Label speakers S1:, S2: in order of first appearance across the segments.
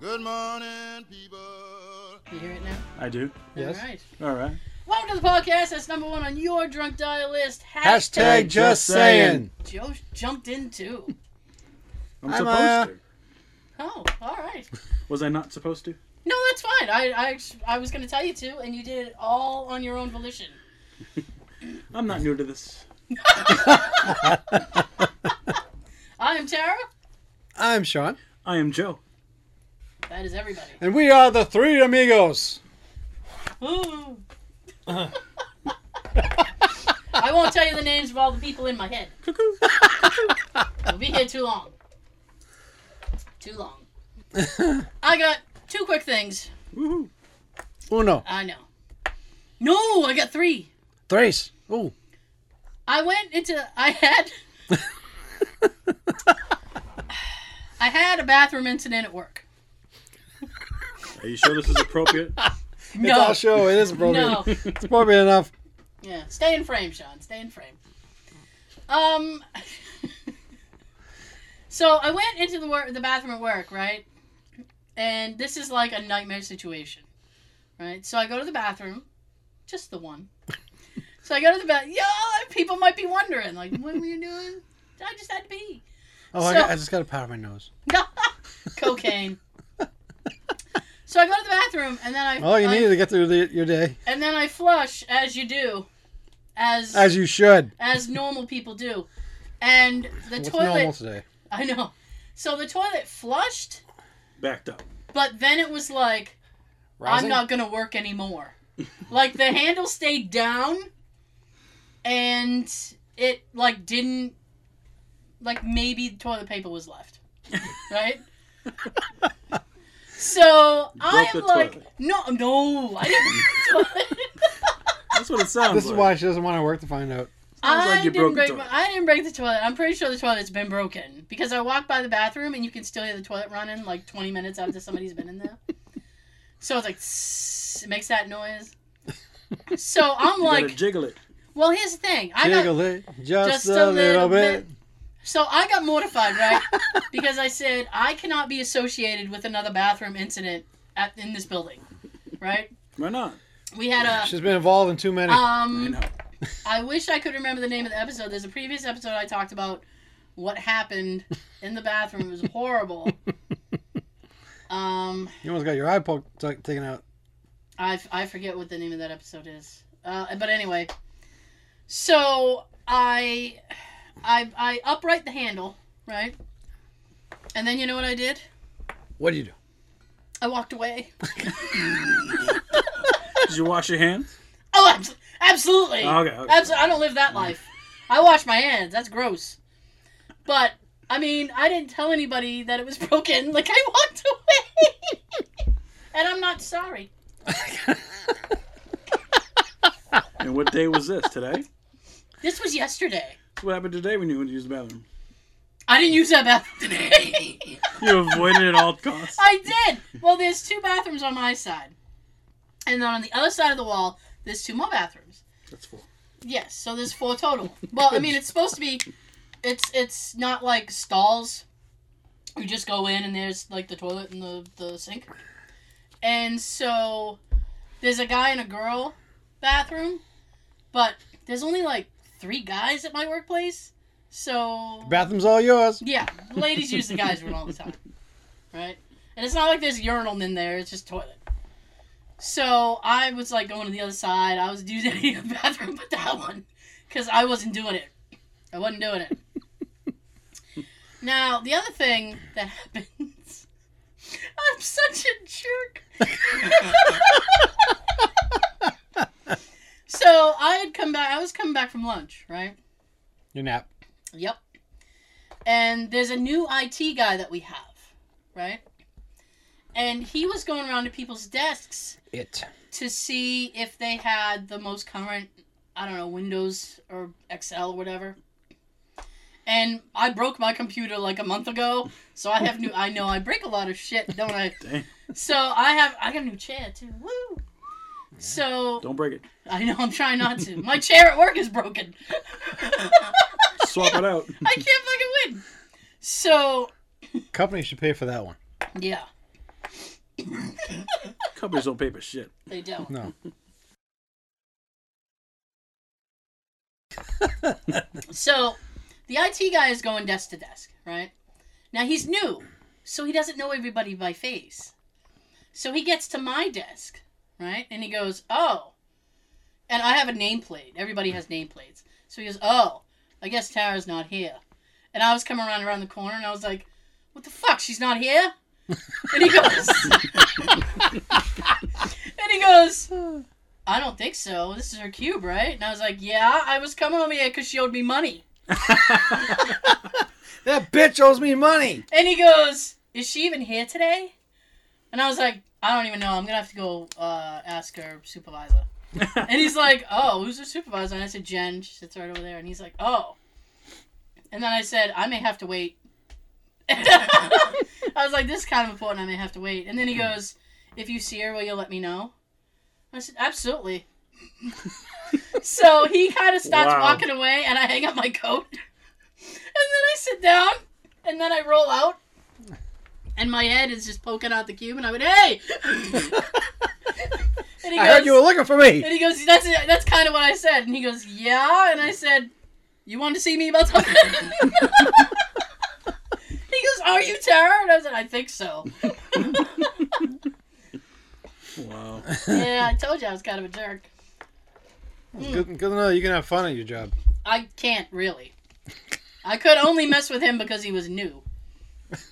S1: Good morning, people.
S2: You hear it now?
S3: I do.
S2: All right.
S3: All right.
S2: Welcome to the podcast. That's number one on your drunk dial list.
S3: Hashtag
S4: Hashtag just
S3: just
S4: saying.
S2: Joe jumped in too.
S3: I'm,
S4: I'm,
S3: supposed
S4: uh,
S3: to.
S2: Oh, all right.
S3: Was I not supposed to?
S2: No, that's fine. I, I, I was going to tell you to, and you did it all on your own volition.
S3: I'm not new to this.
S2: I am Tara.
S4: I'm Sean,
S3: I am Joe.
S2: That is everybody.
S4: and we are the Three Amigos.
S2: Ooh. I won't tell you the names of all the people in my head.
S3: Cuckoo.
S2: We'll be here too long. Too long. I got two quick things.
S3: Woohoo.
S4: Uno,
S2: I know. No, I got three.
S4: tres. Ooh,
S2: I went into. I had. I had a bathroom incident at work.
S3: Are you sure this is appropriate?
S4: it's
S2: No.
S4: our show. It is appropriate.
S2: No.
S4: It's appropriate enough.
S2: Yeah. Stay in frame, Sean. Stay in frame. Um. so I went into the work, the bathroom at work, right? And this is like a nightmare situation, right? So I go to the bathroom, just the one. so I go to the bathroom. Yo, people might be wondering, like, what were you doing? I just had to pee.
S4: Oh, I,
S2: So-
S4: got, I just got to powder my nose.
S2: cocaine. so I go to the bathroom and then I
S4: All Oh, you
S2: I-
S4: needed to get through the, your day,
S2: and then I flush as you do, as as,
S4: as you should.
S2: normal people do, and the
S4: What's
S2: toilet.
S4: normal today?
S2: I know. So the toilet flushed,
S3: Backed up.
S2: but then it was like I'm
S4: Rising?
S2: not gonna work anymore. like the handle stayed down, and it like didn't like maybe toilet paper was left, right? so
S3: the
S2: I'm like,
S3: toilet.
S2: no, no, I didn't. break the toilet.
S3: That's what it sounds
S4: This
S3: like.
S4: is why she doesn't want to work to find out.
S3: Sounds
S2: I
S3: like you
S2: didn't
S3: broke the
S2: break.
S3: toilet.
S2: my- I didn't break the toilet. I'm pretty sure the toilet's been broken because I walked by the bathroom and you can still hear the toilet running like 20 minutes after somebody's been in there. So it's like "Tss," it makes that noise. So I'm
S3: You
S2: like,
S3: gotta jiggle it.
S2: well, here's the thing. I got
S4: Jiggle it just, a, little, bit.
S2: so I got mortified, right? because I said I cannot be associated with another bathroom incident at in this building, right?
S3: Why not?
S2: We had a
S4: She's been involved in too many.
S3: You
S2: um.
S3: know.
S2: I wish I could remember the name of the episode. There's a previous episode I talked about what happened in the bathroom. It was horrible. um,
S4: you almost got your eye poked, t- taken out.
S2: I, f- I forget what the name of that episode is. Uh, but anyway, so I, I I upright the handle, right? And then you know what I did?
S4: What do you do?
S2: I walked away.
S3: Did you wash your hands?
S2: Oh, abs- absolutely.
S3: Oh, okay. okay.
S2: Absolutely, I don't live that life. I wash my hands. That's gross. But I mean, I didn't tell anybody that it was broken. Like I walked away, and I'm not sorry.
S3: And what day was this? Today?
S2: This was yesterday.
S3: What happened today when you went to use the bathroom?
S2: I didn't use that bathroom today.
S3: You avoided it at all costs.
S2: I did. Well, there's two bathrooms on my side, and then on the other side of the wall, there's two more bathrooms.
S3: That's four.
S2: Yes, so there's four total. Well, I mean, it's supposed to be, it's it's not like stalls. You just go in and there's like the toilet and the the sink, and so there's a guy and a girl bathroom, but there's only like three guys at my workplace, so
S4: Bathroom's all yours.
S2: yeah, ladies use the guys' room all the time, right? And it's not like there's urinal in there; it's just toilet. So I was like going to the other side. I was using the bathroom, but that one, because I wasn't doing it. I wasn't doing it. now the other thing that happens, I'm such a jerk. so I had come back. I was coming back from lunch, right?
S4: Your nap.
S2: Yep. And there's a new IT guy that we have, right? And he was going around to people's desks
S4: It.
S2: to see if they had the most current, I don't know, Windows or Excel or whatever. And I broke my computer like a month ago, so I have new. I know I break a lot of shit, don't I?
S3: Dang.
S2: So I have I got a new chair too. Woo! So
S3: Don't break it.
S2: I know I'm trying not to. My chair at work is broken.
S3: Swap it out.
S2: I can't fucking win. So
S4: Company should pay for that one.
S2: Yeah.
S3: Companies don't pay for shit.
S2: They don't.
S4: No.
S2: So the IT guy is going desk to desk, right? Now he's new, so he doesn't know everybody by face. So he gets to my desk, right? And he goes, Oh. And I have a nameplate. Everybody has nameplates. So he goes, Oh, I guess Tara's not here. And I was coming around around the corner and I was like, What the fuck? She's not here? and he goes And he goes, I don't think so. This is her cube, right? And I was like, Yeah, I was coming over here because she owed me money.
S1: That bitch owes me money.
S2: And he goes, "Is she even here today?" And I was like, "I don't even know. I'm gonna have to go uh, ask her supervisor." and he's like, "Oh, who's her supervisor?" And I said, "Jen. She sits right over there." And he's like, "Oh." And then I said, "I may have to wait." I was like, "This is kind of important. I may have to wait." And then he goes, "If you see her, will you let me know?" I said, "Absolutely." so he kind of starts
S3: Wow.
S2: walking away, and I hang up my coat, and then I sit down, and then I roll out, and my head is just poking out the cube, and I went, "Hey!" and he
S4: I heard you were looking for me.
S2: and he goes, "That's that's kind of what I said." And he goes, "Yeah." And I said, "You wanted to see me about something?" he goes, "Are you Tara?" And I said, "I think so."
S3: Wow.
S2: yeah, I told you I was kind of a jerk.
S4: Good, good to know you can have fun at your job.
S2: I can't really. I could only mess with him because he was new.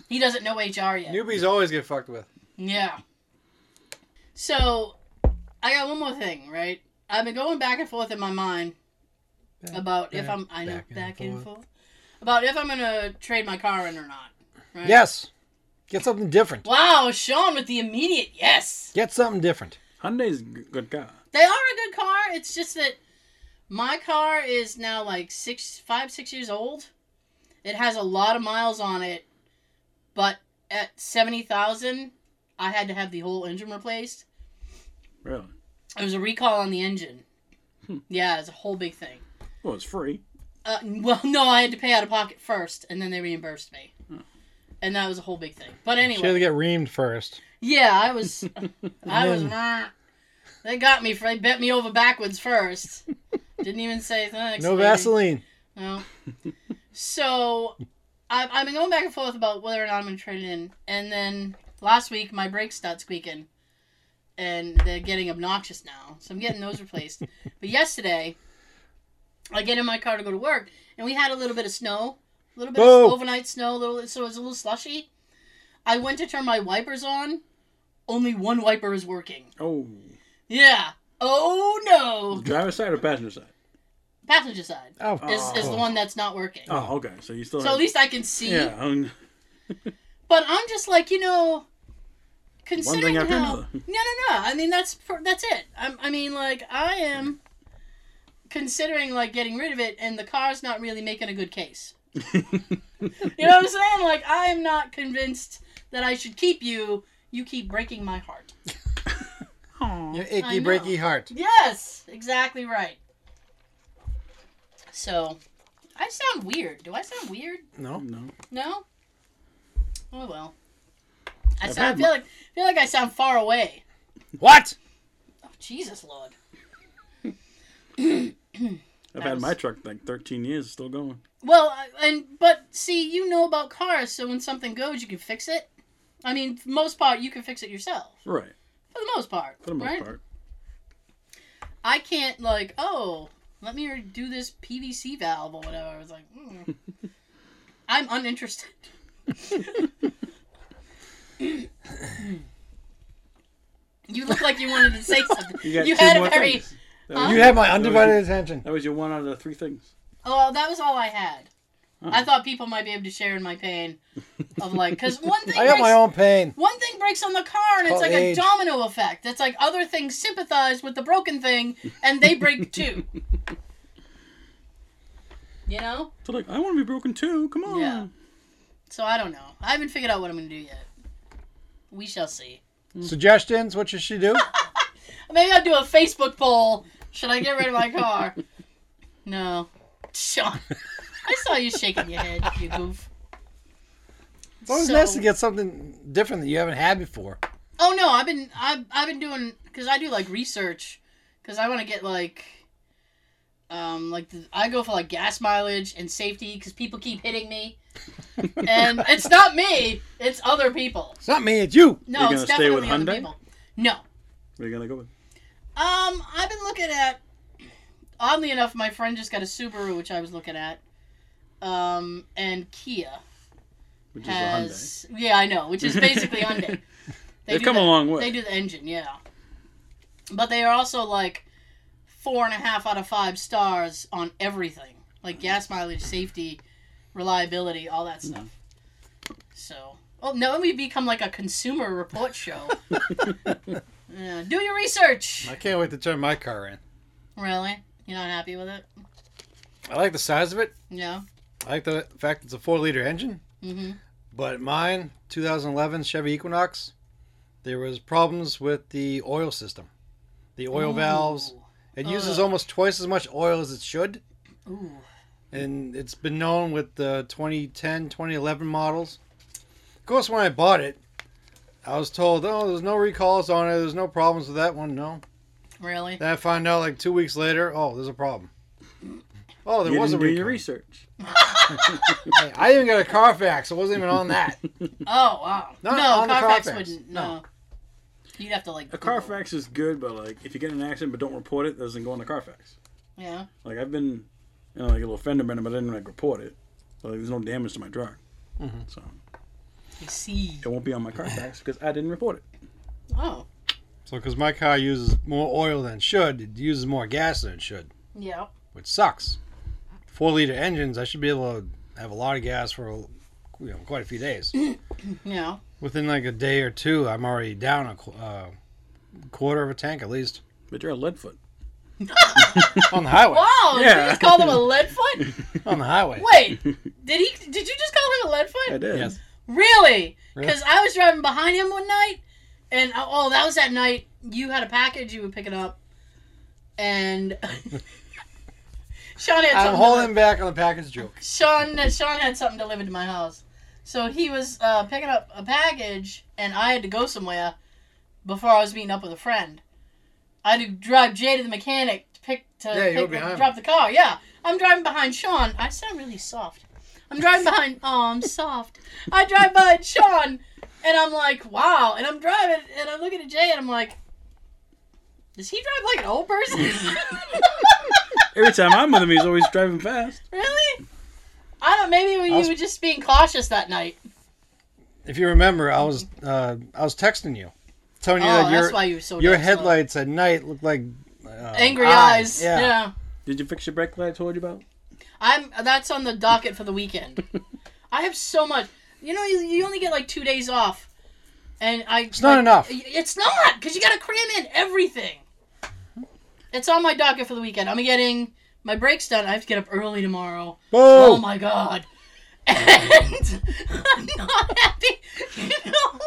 S2: He doesn't know HR yet.
S4: Newbies always get fucked with.
S2: Yeah. So, I got one more thing, right? I've been going back and forth in my mind about if
S4: back,
S2: I'm I know
S4: back
S2: back,
S4: and
S2: and
S4: forth.
S2: forth about if I'm gonna trade my car in or not. Right?
S4: Yes. Get something different.
S2: Wow, Sean with the immediate yes.
S4: Get something different.
S3: Hyundai's a g- good car.
S2: They are a good car. It's just that my car is now like six, five, six years old. It has a lot of miles on it, but at seventy thousand, I had to have the whole engine replaced.
S3: Really?
S2: It was a recall on the engine.
S4: Hmm.
S2: Yeah, it's a whole big thing.
S3: Well, Oh, it's free.
S2: Uh, well, no, I had to pay out of pocket first, and then they reimbursed me, and that was a whole big thing. But
S4: She had to
S2: anyway,
S4: get reamed first.
S2: yeah, I was, I was.
S4: And
S2: They got me. For, they bent me over backwards first. Didn't even say thanks.
S4: No
S2: lady."
S4: Vaseline.
S2: No. so, I've, I've been going back and forth about whether or not I'm going to trade it in. And then last week, my brakes stopped squeaking. And they're getting obnoxious now. So I'm getting those replaced. but yesterday, I get in my car to go to work. And we had a little bit of snow. A little bit
S4: Whoa.
S2: of overnight snow. A little, so it was a little slushy. I went to turn my wipers on. Only one wiper is working.
S3: Oh.
S2: Yeah. Oh, no.
S3: Driver side or passenger side?
S2: Passenger side
S4: Oh,
S2: is, is the
S4: cool.
S2: one that's not working.
S3: Oh, okay. So you still
S2: So
S3: have-
S2: at least I can see.
S3: Yeah. um,
S2: But I'm just like, you know,
S3: One
S2: considering
S3: thing after
S2: how
S3: another.
S2: no, no, no. I mean, that's pr- that's it. I'm, I mean, like, I am considering like getting rid of it, and the car's not really making a good case. you know what I'm saying? Like, I am not convinced that I should keep you. You keep breaking my heart.
S4: Your
S2: I
S4: icky
S2: know.
S4: breaky heart.
S2: Yes, exactly right. So, I sound weird. Do I sound weird?
S4: No.
S3: No.
S2: No. Oh well. I,
S3: I've
S2: sound, I
S3: had
S2: feel
S3: my-
S2: like I feel like I sound far away.
S4: What?
S2: Oh, Jesus Lord.
S3: I've
S2: That
S3: had
S2: was-
S3: my truck like 13 years, still going.
S2: Well, I- and but see, you know about cars, so when something goes, you can fix it. I mean, for the most part, you can fix it yourself.
S3: Right.
S2: For the most part.
S3: For the most
S2: right?
S3: part.
S2: I can't like, oh, let me do this PVC valve or whatever. It's like, mm. I'm uninterested. you look like you wanted to say something. You,
S3: got two
S2: had a
S3: more
S2: very.
S3: things. That,
S2: Huh?
S3: was,
S4: You had my undivided attention.
S3: that was your one out of the three things.
S2: Oh, that was all I had. I thought people might be able to share in my pain of like, because one thing
S4: I got my
S2: breaks-
S4: own pain.
S2: one thing breaks on the car and it's
S4: called
S2: like
S4: age.
S2: a domino effect. It's like other things sympathize with the broken thing and they break too. you know?
S3: So like, I want to be broken too. Come on.
S2: Yeah. So I don't know. I haven't figured out what I'm going to do yet. We shall see.
S4: Suggestions? What should she do?
S2: Maybe I'll do a Facebook poll. Should I get rid of my car? no. Sean. I saw you shaking your head, you goof.
S4: It's always
S2: So-
S4: nice to get something different that you haven't had before.
S2: Oh no, no, I've been I've I've been doing because I do like research because I want to get like, um, like the, I go for like gas mileage and safety because people keep hitting me, and it's not me, it's other people.
S1: It's not me, it's you.
S2: No,
S3: You're
S2: it's
S3: gonna stay
S2: definitely
S3: with
S2: other
S3: Hyundai?
S2: people. No,
S3: Where are you gonna go with?
S2: um, I've been looking at. Oddly enough, my friend just got a Subaru, which I was looking at, um, and Kia
S3: Which is
S2: has. Yeah, I know, which is basically
S3: a Hyundai.
S2: Hyundai.
S3: They've
S2: do
S3: come
S2: the-
S3: a long
S2: They
S3: way.
S2: do the engine, yeah. But they are also like four and a half out of five stars on everything, like gas mileage, safety, reliability, all that stuff. So, oh, now we become like a consumer report show. yeah, do your research.
S4: I can't wait to turn my car in.
S2: Really? You're not happy with it?
S4: I like the size of it.
S2: Yeah.
S4: I like the fact it's a four liter engine.
S2: Mm-hmm.
S4: But mine, 2011 Chevy Equinox, there was problems with the oil system, the oil valves. It uses
S2: Ugh.
S4: almost twice as much oil as it should,
S2: Ooh.
S4: and it's been known with the 2010, 2011 models. Of course, when I bought it, I was told, "Oh, there's no recalls on it. There's no problems with that one." No.
S2: Really?
S4: Then I find out like two weeks later, "Oh, there's a problem." Oh, there
S3: you
S4: was a
S3: didn't do your
S4: recall.
S3: research.
S4: Hey, I even got a Carfax. It wasn't even on that.
S2: Oh wow.
S4: Not
S2: no,
S4: on the
S2: Carfax,
S4: Carfax,
S2: wouldn't. No. You'd have to like.
S3: A
S2: Google.
S3: Carfax is good, but like if you get in an accident but don't report it, it doesn't go on the Carfax.
S2: Yeah.
S3: Like I've been, you know, like a little fender bender, but I didn't like report it. So like, there's no damage to my truck,
S4: Mhm.
S3: so
S2: I see.
S3: it won't be on my Carfax because I didn't report it.
S2: Oh.
S4: So, because my car uses more oil than it should, it uses more gas than it should,
S2: Yeah.
S4: which sucks. Four liter engines, I should be able to have a lot of gas for you know, quite a few days.
S2: Yeah.
S4: Within like a day or two, I'm already down a qu- uh, quarter of a tank at least
S3: But you're a lead foot.
S4: on the highway.
S2: Wow, did you
S3: Yeah.
S2: just call him a lead foot?
S4: on the highway.
S2: Wait, did he? Did you just call him a lead
S3: I
S2: foot?
S3: did.
S4: Yes.
S2: Really?
S4: Really?
S2: Because I was driving behind him one night, and oh, oh, that was that night you had a package you were picking up, and Sean had
S4: I'm
S2: something.
S4: holding back on the package joke.
S2: Sean Sean had something delivered to my house, so he was uh, picking up a package, and I had to go somewhere before I was meeting up with a friend. I had to drive Jay to the mechanic to pick to
S4: Yeah, you
S2: pick
S4: were behind
S2: drop the car. Yeah, I'm driving behind Sean. I sound really soft. I'm driving behind. Oh, I'm soft. I drive behind Sean, and I'm like, wow. And I'm driving, and I'm looking at Jay, and I'm like, does he drive like an old person?
S3: Every time I'm with him, he's always driving fast.
S2: Really? I don't. Maybe we
S4: I was-
S2: were just being cautious that night.
S4: If you remember, I was uh, I was texting you, telling you
S2: oh,
S4: that
S2: that's
S4: your
S2: why you were so.
S4: your
S2: damn slow.
S4: headlights at night look like uh,
S2: Angry eyes. Yeah.
S4: Yeah.
S3: Did you fix your brake light I told you about?
S2: I'm. That's on the docket for the weekend. I have so much. You know, you, you only get like two days off, and I. It's
S4: not enough.
S2: It's not because you got to cram in everything. It's on my docket for the weekend. I'm getting my breaks done. I have to get up early tomorrow. Oh,
S4: Whoa!
S2: my god. And I'm not happy. You know,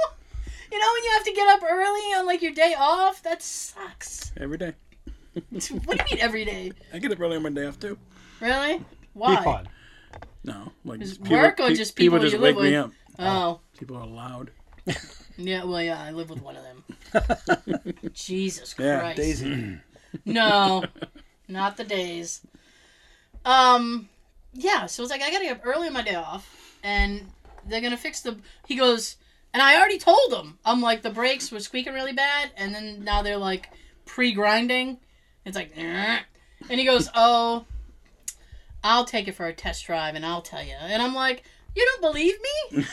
S2: you know when you have to get up early on like your day off? That sucks.
S3: Every day.
S2: What do you mean every day?
S3: I get up early on my day off too.
S2: Really? Why?
S4: Peapod.
S3: No, like
S2: Is it work or
S3: pe-
S2: just people you
S3: just
S2: live
S3: wake me
S2: with?
S3: up.
S2: Oh.
S3: People are loud.
S2: Yeah, well yeah, I live with one of them. Jesus
S3: Yeah,
S2: Christ.
S3: Daisy.
S2: No. Not the days. Um yeah, so it's like I gotta get up early on my day off and they're gonna fix the he goes and I already told him. I'm like the brakes were squeaking really bad and then now they're like pre grinding. It's like "Nah." and he goes, Oh I'll take it for a test drive and I'll tell you and I'm like, You don't believe me?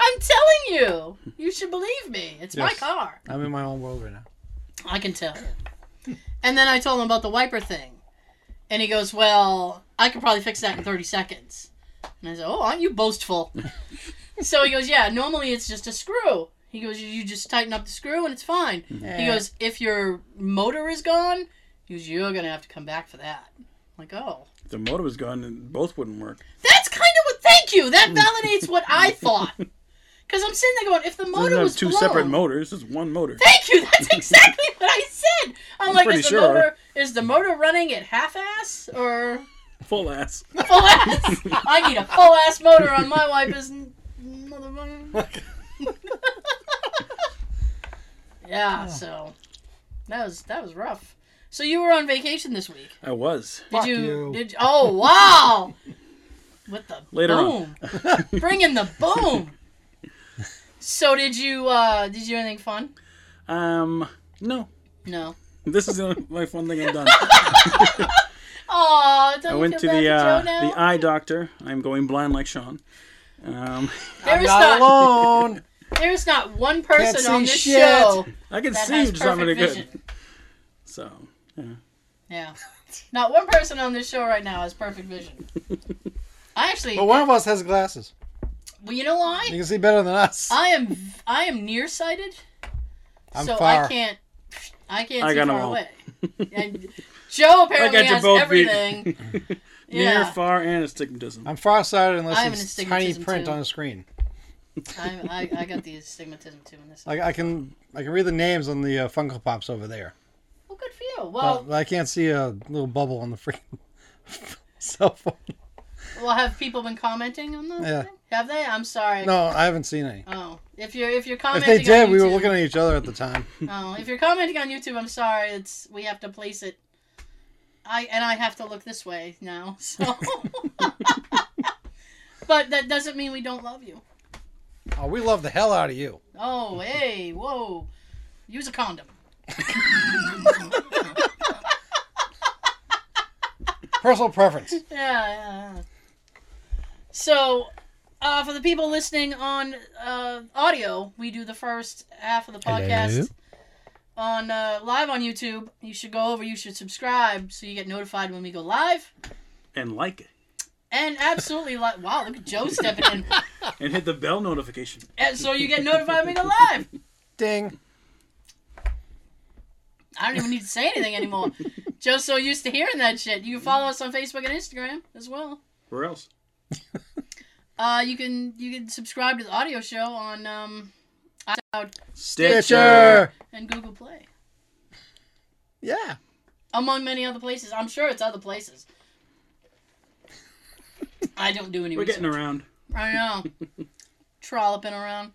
S2: I'm telling you. You should believe me. It's my
S4: Yes.
S2: car.
S4: I'm in my own world right now.
S2: I can tell. And then I told him about the wiper thing. And he goes, Well, I could probably fix that in 30 seconds. And I said, Oh, aren't you boastful? so he goes, Yeah, normally it's just a screw. He goes, You you just tighten up the screw and it's fine.
S3: Mm-hmm.
S2: He goes, If your motor is gone, he goes, You're going to have to come back for that. I'm like, Oh.
S3: If the motor was gone, and both wouldn't work.
S2: That's kind of what, thank you. That validates what I thought. Because I'm sitting there going, If the
S3: Doesn't
S2: motor
S3: have
S2: was
S3: two
S2: blown,
S3: separate motors. It's one motor.
S2: Thank you. That's exactly what I said. I'm, like,
S3: pretty
S2: is the
S3: sure.
S2: motor is the motor running at half ass or
S3: Full ass.
S2: full ass? I need a full ass motor on my wipers, n- motherfucker. Yeah, so that was that was rough. So you were on vacation this week.
S3: I was.
S2: Did
S4: Fuck
S2: you,
S4: you.
S2: Did you, oh wow! With the
S3: Later on.
S2: boom, bring in the boom. So did you uh did you do anything fun?
S3: Um, no.
S2: No.
S3: This is the only- my fun thing I've done.
S2: Oh, don't
S3: I
S2: you
S3: went
S2: feel
S3: to
S2: bad
S3: the
S2: for
S3: uh,
S2: Joe now?
S3: the eye doctor. I'm going blind like Sean. Um,
S2: there
S4: I'm
S2: is
S4: not
S2: not,
S4: alone.
S2: there is not one person
S4: Can't
S2: on
S4: see
S2: this
S4: shit.
S2: show
S3: I can
S2: that
S3: see
S2: has
S3: just not very
S2: perfect
S3: good.
S2: vision.
S3: So
S2: Yeah, not one person on this show right now has perfect vision. I actually,
S4: But one of us has glasses.
S2: well, you know why?
S4: You can see better than us.
S2: I am I am nearsighted, Uh,
S4: I'm
S2: so
S4: far.
S2: I can't I can't
S3: I
S2: see
S3: got 'em
S2: far
S3: all.
S2: away. And Joe
S3: I
S2: apparently
S3: got you
S2: has
S3: both beat.
S2: everything.
S3: near,
S2: Yeah,
S3: far, and astigmatism.
S4: I'm farsighted
S2: I
S4: unless
S2: have an
S4: it's tiny
S2: astigmatism,
S4: print
S2: too.
S4: on a screen.
S2: I, I I got the astigmatism too in this.
S4: Like I can I can read the names on the uh, Funko Pops over there,
S2: Well, good for you.
S4: but,
S2: Well,
S4: but I can't see a little bubble on the freaking cell phone.
S2: well, have people been commenting on those?
S4: Yeah.
S2: Have they? I'm sorry.
S4: No, I haven't seen any.
S2: Oh, if you're if you're
S4: If
S2: commenting,
S4: they did,
S2: on
S4: we were
S2: YouTube-
S4: looking at each other at the time.
S2: Oh, if you're commenting on YouTube, I'm sorry. It's we have to place it. I and I have to look this way now. So, but that doesn't mean we don't love you.
S4: Oh, we love the hell out of you.
S2: Oh, hey, whoa! Use a condom.
S4: Personal preference.
S2: Yeah. yeah, yeah. So, uh, for the people listening on uh, audio, we do the first half of the podcast
S4: Hello.
S2: on uh, live on YouTube. You should go over. You should subscribe so you get notified when we go live.
S3: And like it.
S2: And absolutely, like wow, look at Joe stepping in.
S3: And hit the bell notification.
S2: And so you get notified when we go live.
S4: Ding.
S2: I don't even need to say anything anymore. Joe's so used to hearing that shit. You can follow us on Facebook and Instagram as well.
S3: Where else?
S2: Uh, you can you can subscribe to the audio show on um, iCloud
S4: Stitcher.
S2: and Google Play,
S4: Yeah.
S2: among many other places. I'm sure it's other places. I don't do any
S3: We're
S2: research.
S3: getting around.
S2: I know. Trolloping around.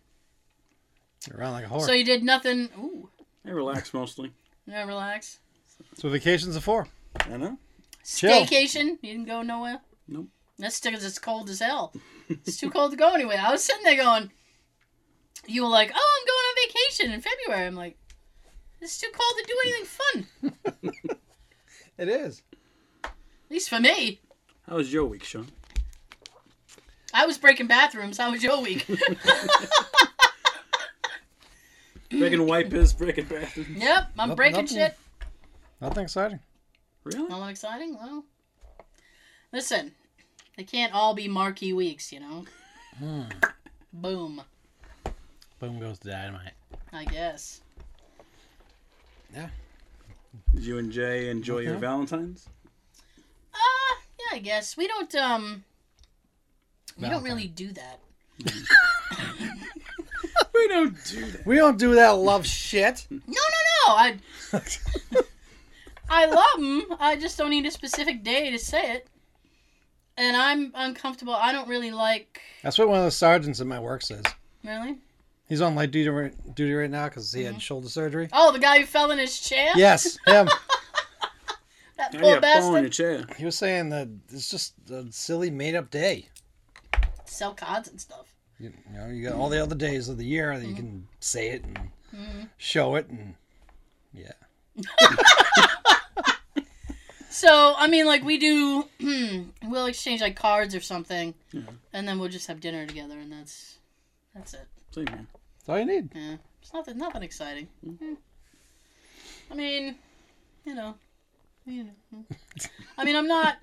S4: Around like a whore.
S2: So
S4: So,
S2: you did nothing. Ooh,
S3: I relax mostly.
S2: yeah, relax.
S4: vacations are for.
S3: I know.
S4: Chill.
S2: Staycation. You didn't go nowhere.
S3: Nope.
S2: That's because it's cold as hell. It's too cold to go anywhere. I was sitting there going, you were like, oh, I'm going on vacation in February. I'm like, it's too cold to do anything fun.
S4: It is.
S2: At least for me.
S3: How was your week, Sean?
S2: I was breaking bathrooms. How was your week?
S3: Breaking white piss, breaking bathroom.
S2: yep, I'm
S4: Nope,
S2: breaking
S4: nothing.
S2: shit.
S4: Nothing exciting.
S3: Really?
S2: Nothing exciting? Well, listen, they can't all be marquee weeks, you know? Boom,
S4: Boom goes the dynamite.
S2: I guess.
S3: Did you and Jay enjoy your
S4: Okay.
S3: Valentine's?
S2: Uh, yeah, I guess. We don't, um, we don't
S4: Valentine.
S2: really do that.
S3: We don't do that.
S4: We don't do that love shit.
S2: No, no, no. I I love him. I just don't need a specific day to say it. And I'm uncomfortable. I don't really like.
S4: That's what one of the sergeants at my work says.
S2: Really?
S4: He's on light duty right, duty right now because he had shoulder surgery.
S2: Oh, the guy who fell in his chair.
S4: Yes, him.
S2: That
S3: Now
S2: poor
S3: you got a ball in your
S2: bastard.
S3: chair.
S4: He was saying that it's just a silly made up day.
S2: Sell cards and stuff.
S4: You, you know, you got all the other days of the year
S2: Mm-hmm.
S4: that you can say it and show it, and yeah,
S2: So I mean, like we do. we'll exchange like cards or something, and then we'll just have dinner together, and that's that's it.
S3: Same here.
S4: that's all you need.
S2: Yeah, it's nothing nothing exciting.
S4: Hmm.
S2: Mm. I mean, you know, you know. I mean, I'm not.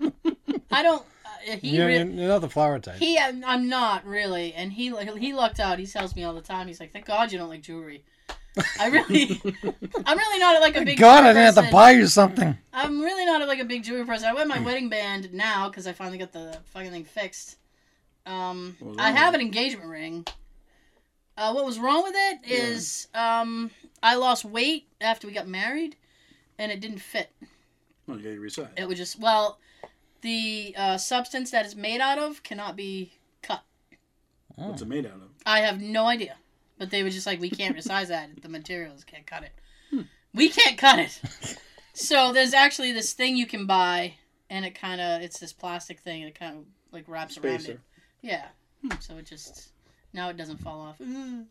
S2: I don't. Uh, he
S4: You're,
S2: re-
S4: you're you're not the flower type.
S2: he. I'm I'm not really, and he like, he lucked out. He tells me all the time. He's like, "Thank God you don't like jewelry." I really, I'm really not like a big.
S4: God, I
S2: jewelry
S4: didn't have to
S2: person.
S4: buy you something.
S2: I'm really not like a big jewelry person. I wear
S3: Hmm.
S2: my wedding band now because I finally got the fucking thing fixed. Um,
S3: What was
S2: I
S3: wrong
S2: have
S3: with
S2: an engagement ring. Uh, what was wrong with it is um, I lost weight after we got married, and it didn't fit.
S3: Well, you got your resize.
S2: It was just well, the uh, substance that it's made out of cannot be cut.
S3: What's it made out of?
S2: I have no idea. but they were just like, we can't resize that. The materials can't cut it. We can't cut it. so there's actually this thing you can buy, and it kind of it's this plastic thing, and it kind of like wraps around it.
S3: Spacer.
S2: Yeah. So it just now it doesn't fall off. Ooh.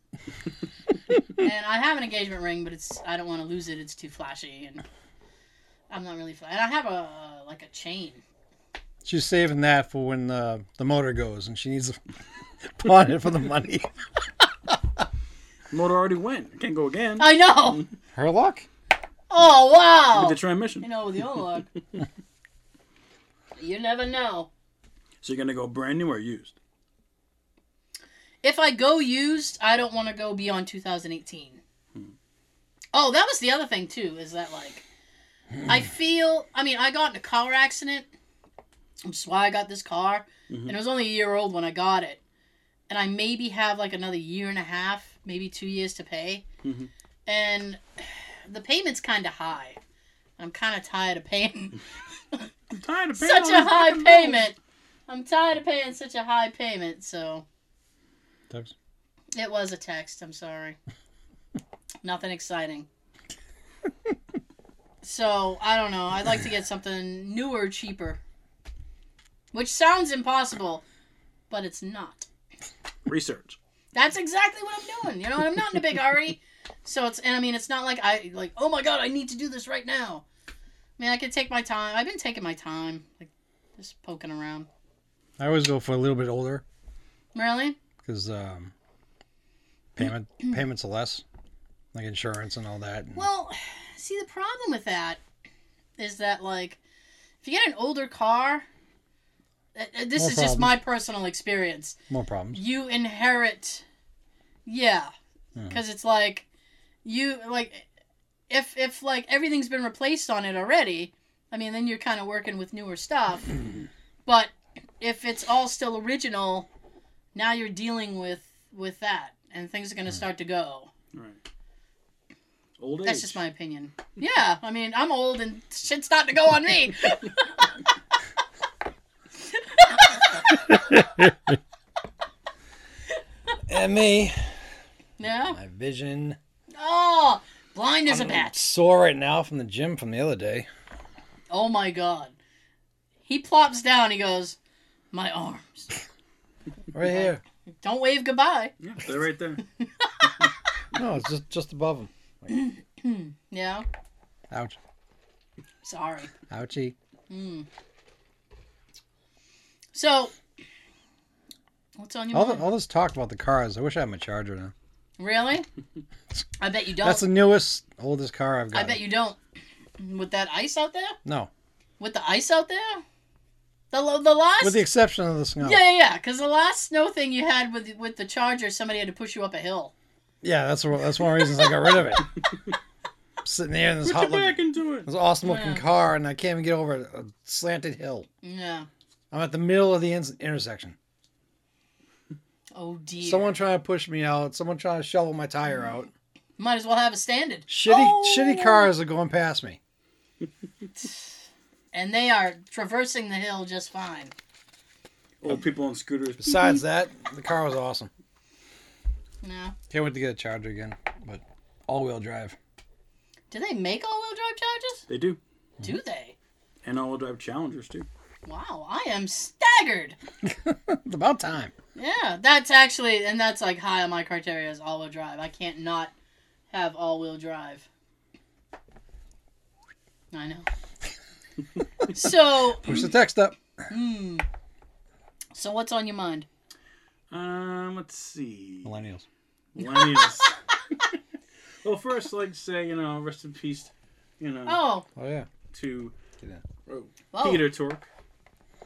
S2: and I have an engagement ring, but it's I don't want to lose it. It's too flashy, and I'm not really. Fla- and I have a like a chain.
S4: She's saving that for when the the motor goes, and she needs to pawn it for the money.
S3: Motor already went. It can't go again.
S2: I know.
S4: Her luck.
S2: Oh wow.
S3: With the transmission.
S2: You know the old log. you never know.
S3: So you're gonna go brand new or used?
S2: If I go used, I don't want to go beyond 2018. Oh, that was the other thing too. Is that like, I feel. I mean, I got in a car accident. That's why I got this car, and it was only a year old when I got it, and I maybe have like another year and a half, maybe two years to pay,
S3: Mhm.
S2: and the payment's kind of high. I'm kind of tired of paying
S3: I'm tired of paying
S2: such
S3: all
S2: a
S3: these
S2: high
S3: fucking bills.
S2: payment. I'm tired of paying such a high payment, so it was a text. I'm sorry. Nothing exciting. so, I don't know. I'd like to get something newer, cheaper. Which sounds impossible, but it's not.
S3: Research.
S2: That's exactly what I'm doing. You know, and I'm not in a big hurry. So it's and I mean it's not like I like, oh my god, I need to do this right now. I mean I could take my time. I've been taking my time, like just poking around.
S4: I always go for a little bit older
S2: Really?
S4: because um, payment payments are less, like insurance and all that. And
S2: Well, see, the problem with that is that, like, if you get an older car, uh, uh, this
S4: More
S2: is just
S4: problems.
S2: my personal experience.
S4: more problems.
S2: You inherit, yeah, because it's like you like if if like everything's been replaced on it already. I mean, then you're kind of working with newer stuff, but if it's all still original, now you're dealing with with that, and things are gonna start to go.
S3: Right. Old age.
S2: That's just my opinion. Yeah, I mean, I'm old and shit's starting to go on me.
S4: And me,
S2: No?
S4: my vision.
S2: Oh, blind as a bat.
S4: Sore right now from the gym from the other day.
S2: Oh my god. He plops down, he goes, My arms.
S4: Right here.
S2: Don't wave goodbye.
S3: Yeah, they're right there.
S4: No, it's just just above him.
S2: Yeah,
S4: Ouch.
S2: sorry.
S4: Ouchie.
S2: So, what's on your
S4: All, the,
S2: mind?
S4: all this talk about the cars. I wish I had my Charger now.
S2: Really? I bet you don't.
S4: That's the newest, oldest car I've got.
S2: I bet you don't. With that ice out there?
S4: No,
S2: With the ice out there? The, lo- the last
S4: with the exception of the snow.
S2: Yeah, yeah, yeah. Because the last snow thing you had with with the charger, somebody had to push you up a hill.
S4: Yeah, that's one- that's one of the reasons I got rid of it. Sitting there in this
S3: Put
S4: hot,
S3: your
S4: look,
S3: back into it.
S4: this awesome looking
S2: Yeah.
S4: car, and I can't even get over a slanted hill.
S2: Yeah.
S4: I'm at the middle of the in- intersection.
S2: Oh dear.
S4: Someone trying to push me out. Someone trying to shovel my tire out.
S2: might as well have a standard.
S4: Shitty,
S2: Oh.
S4: shitty cars are going past me.
S2: And they are traversing the hill just fine.
S3: Old people on scooters.
S4: Besides that, the car was awesome.
S2: No.
S4: Can't wait to get a Charger again, but all-wheel drive.
S2: Do they make all-wheel drive chargers?
S3: They do.
S4: Mm-hmm.
S2: Do they?
S3: And all drive challengers too.
S2: Wow, I am staggered.
S4: It's about time.
S2: Yeah, that's actually, and that's like high on my criteria is all-wheel drive. I can't not have all-wheel drive. I know. so,
S4: Push the text up.
S2: mm, so what's on your mind?
S3: Um, let's see.
S4: Millennials.
S3: Millennials. well, first, like say, you know, rest in peace, you know,
S2: Oh,
S4: Oh yeah.
S3: to
S2: whoa.
S3: Peter Tork.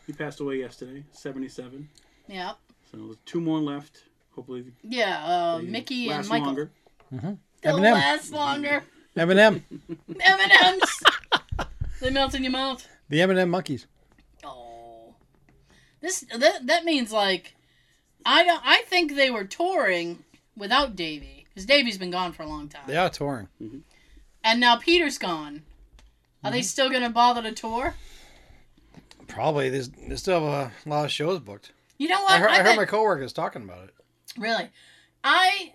S3: He passed away yesterday, 77.
S2: Yeah.
S3: So there's two more left. Hopefully,
S2: Yeah, uh,
S3: they
S2: Mickey and
S3: last
S2: Michael.
S3: longer.
S2: They'll
S4: Eminem.
S2: last longer.
S4: Eminem.
S2: M&M's. they melt in your mouth.
S4: The Eminem monkeys.
S2: Oh. This that, that means like I don't I think they were touring without Davey cuz Davey's been gone for a long time.
S4: They are touring.
S2: And now Peter's gone. Are they still going to bother to tour?
S4: Probably. There's, they still have a lot of shows booked.
S2: You know what?
S4: I heard, I heard
S2: bet-
S4: my coworkers talking about it.
S2: Really? I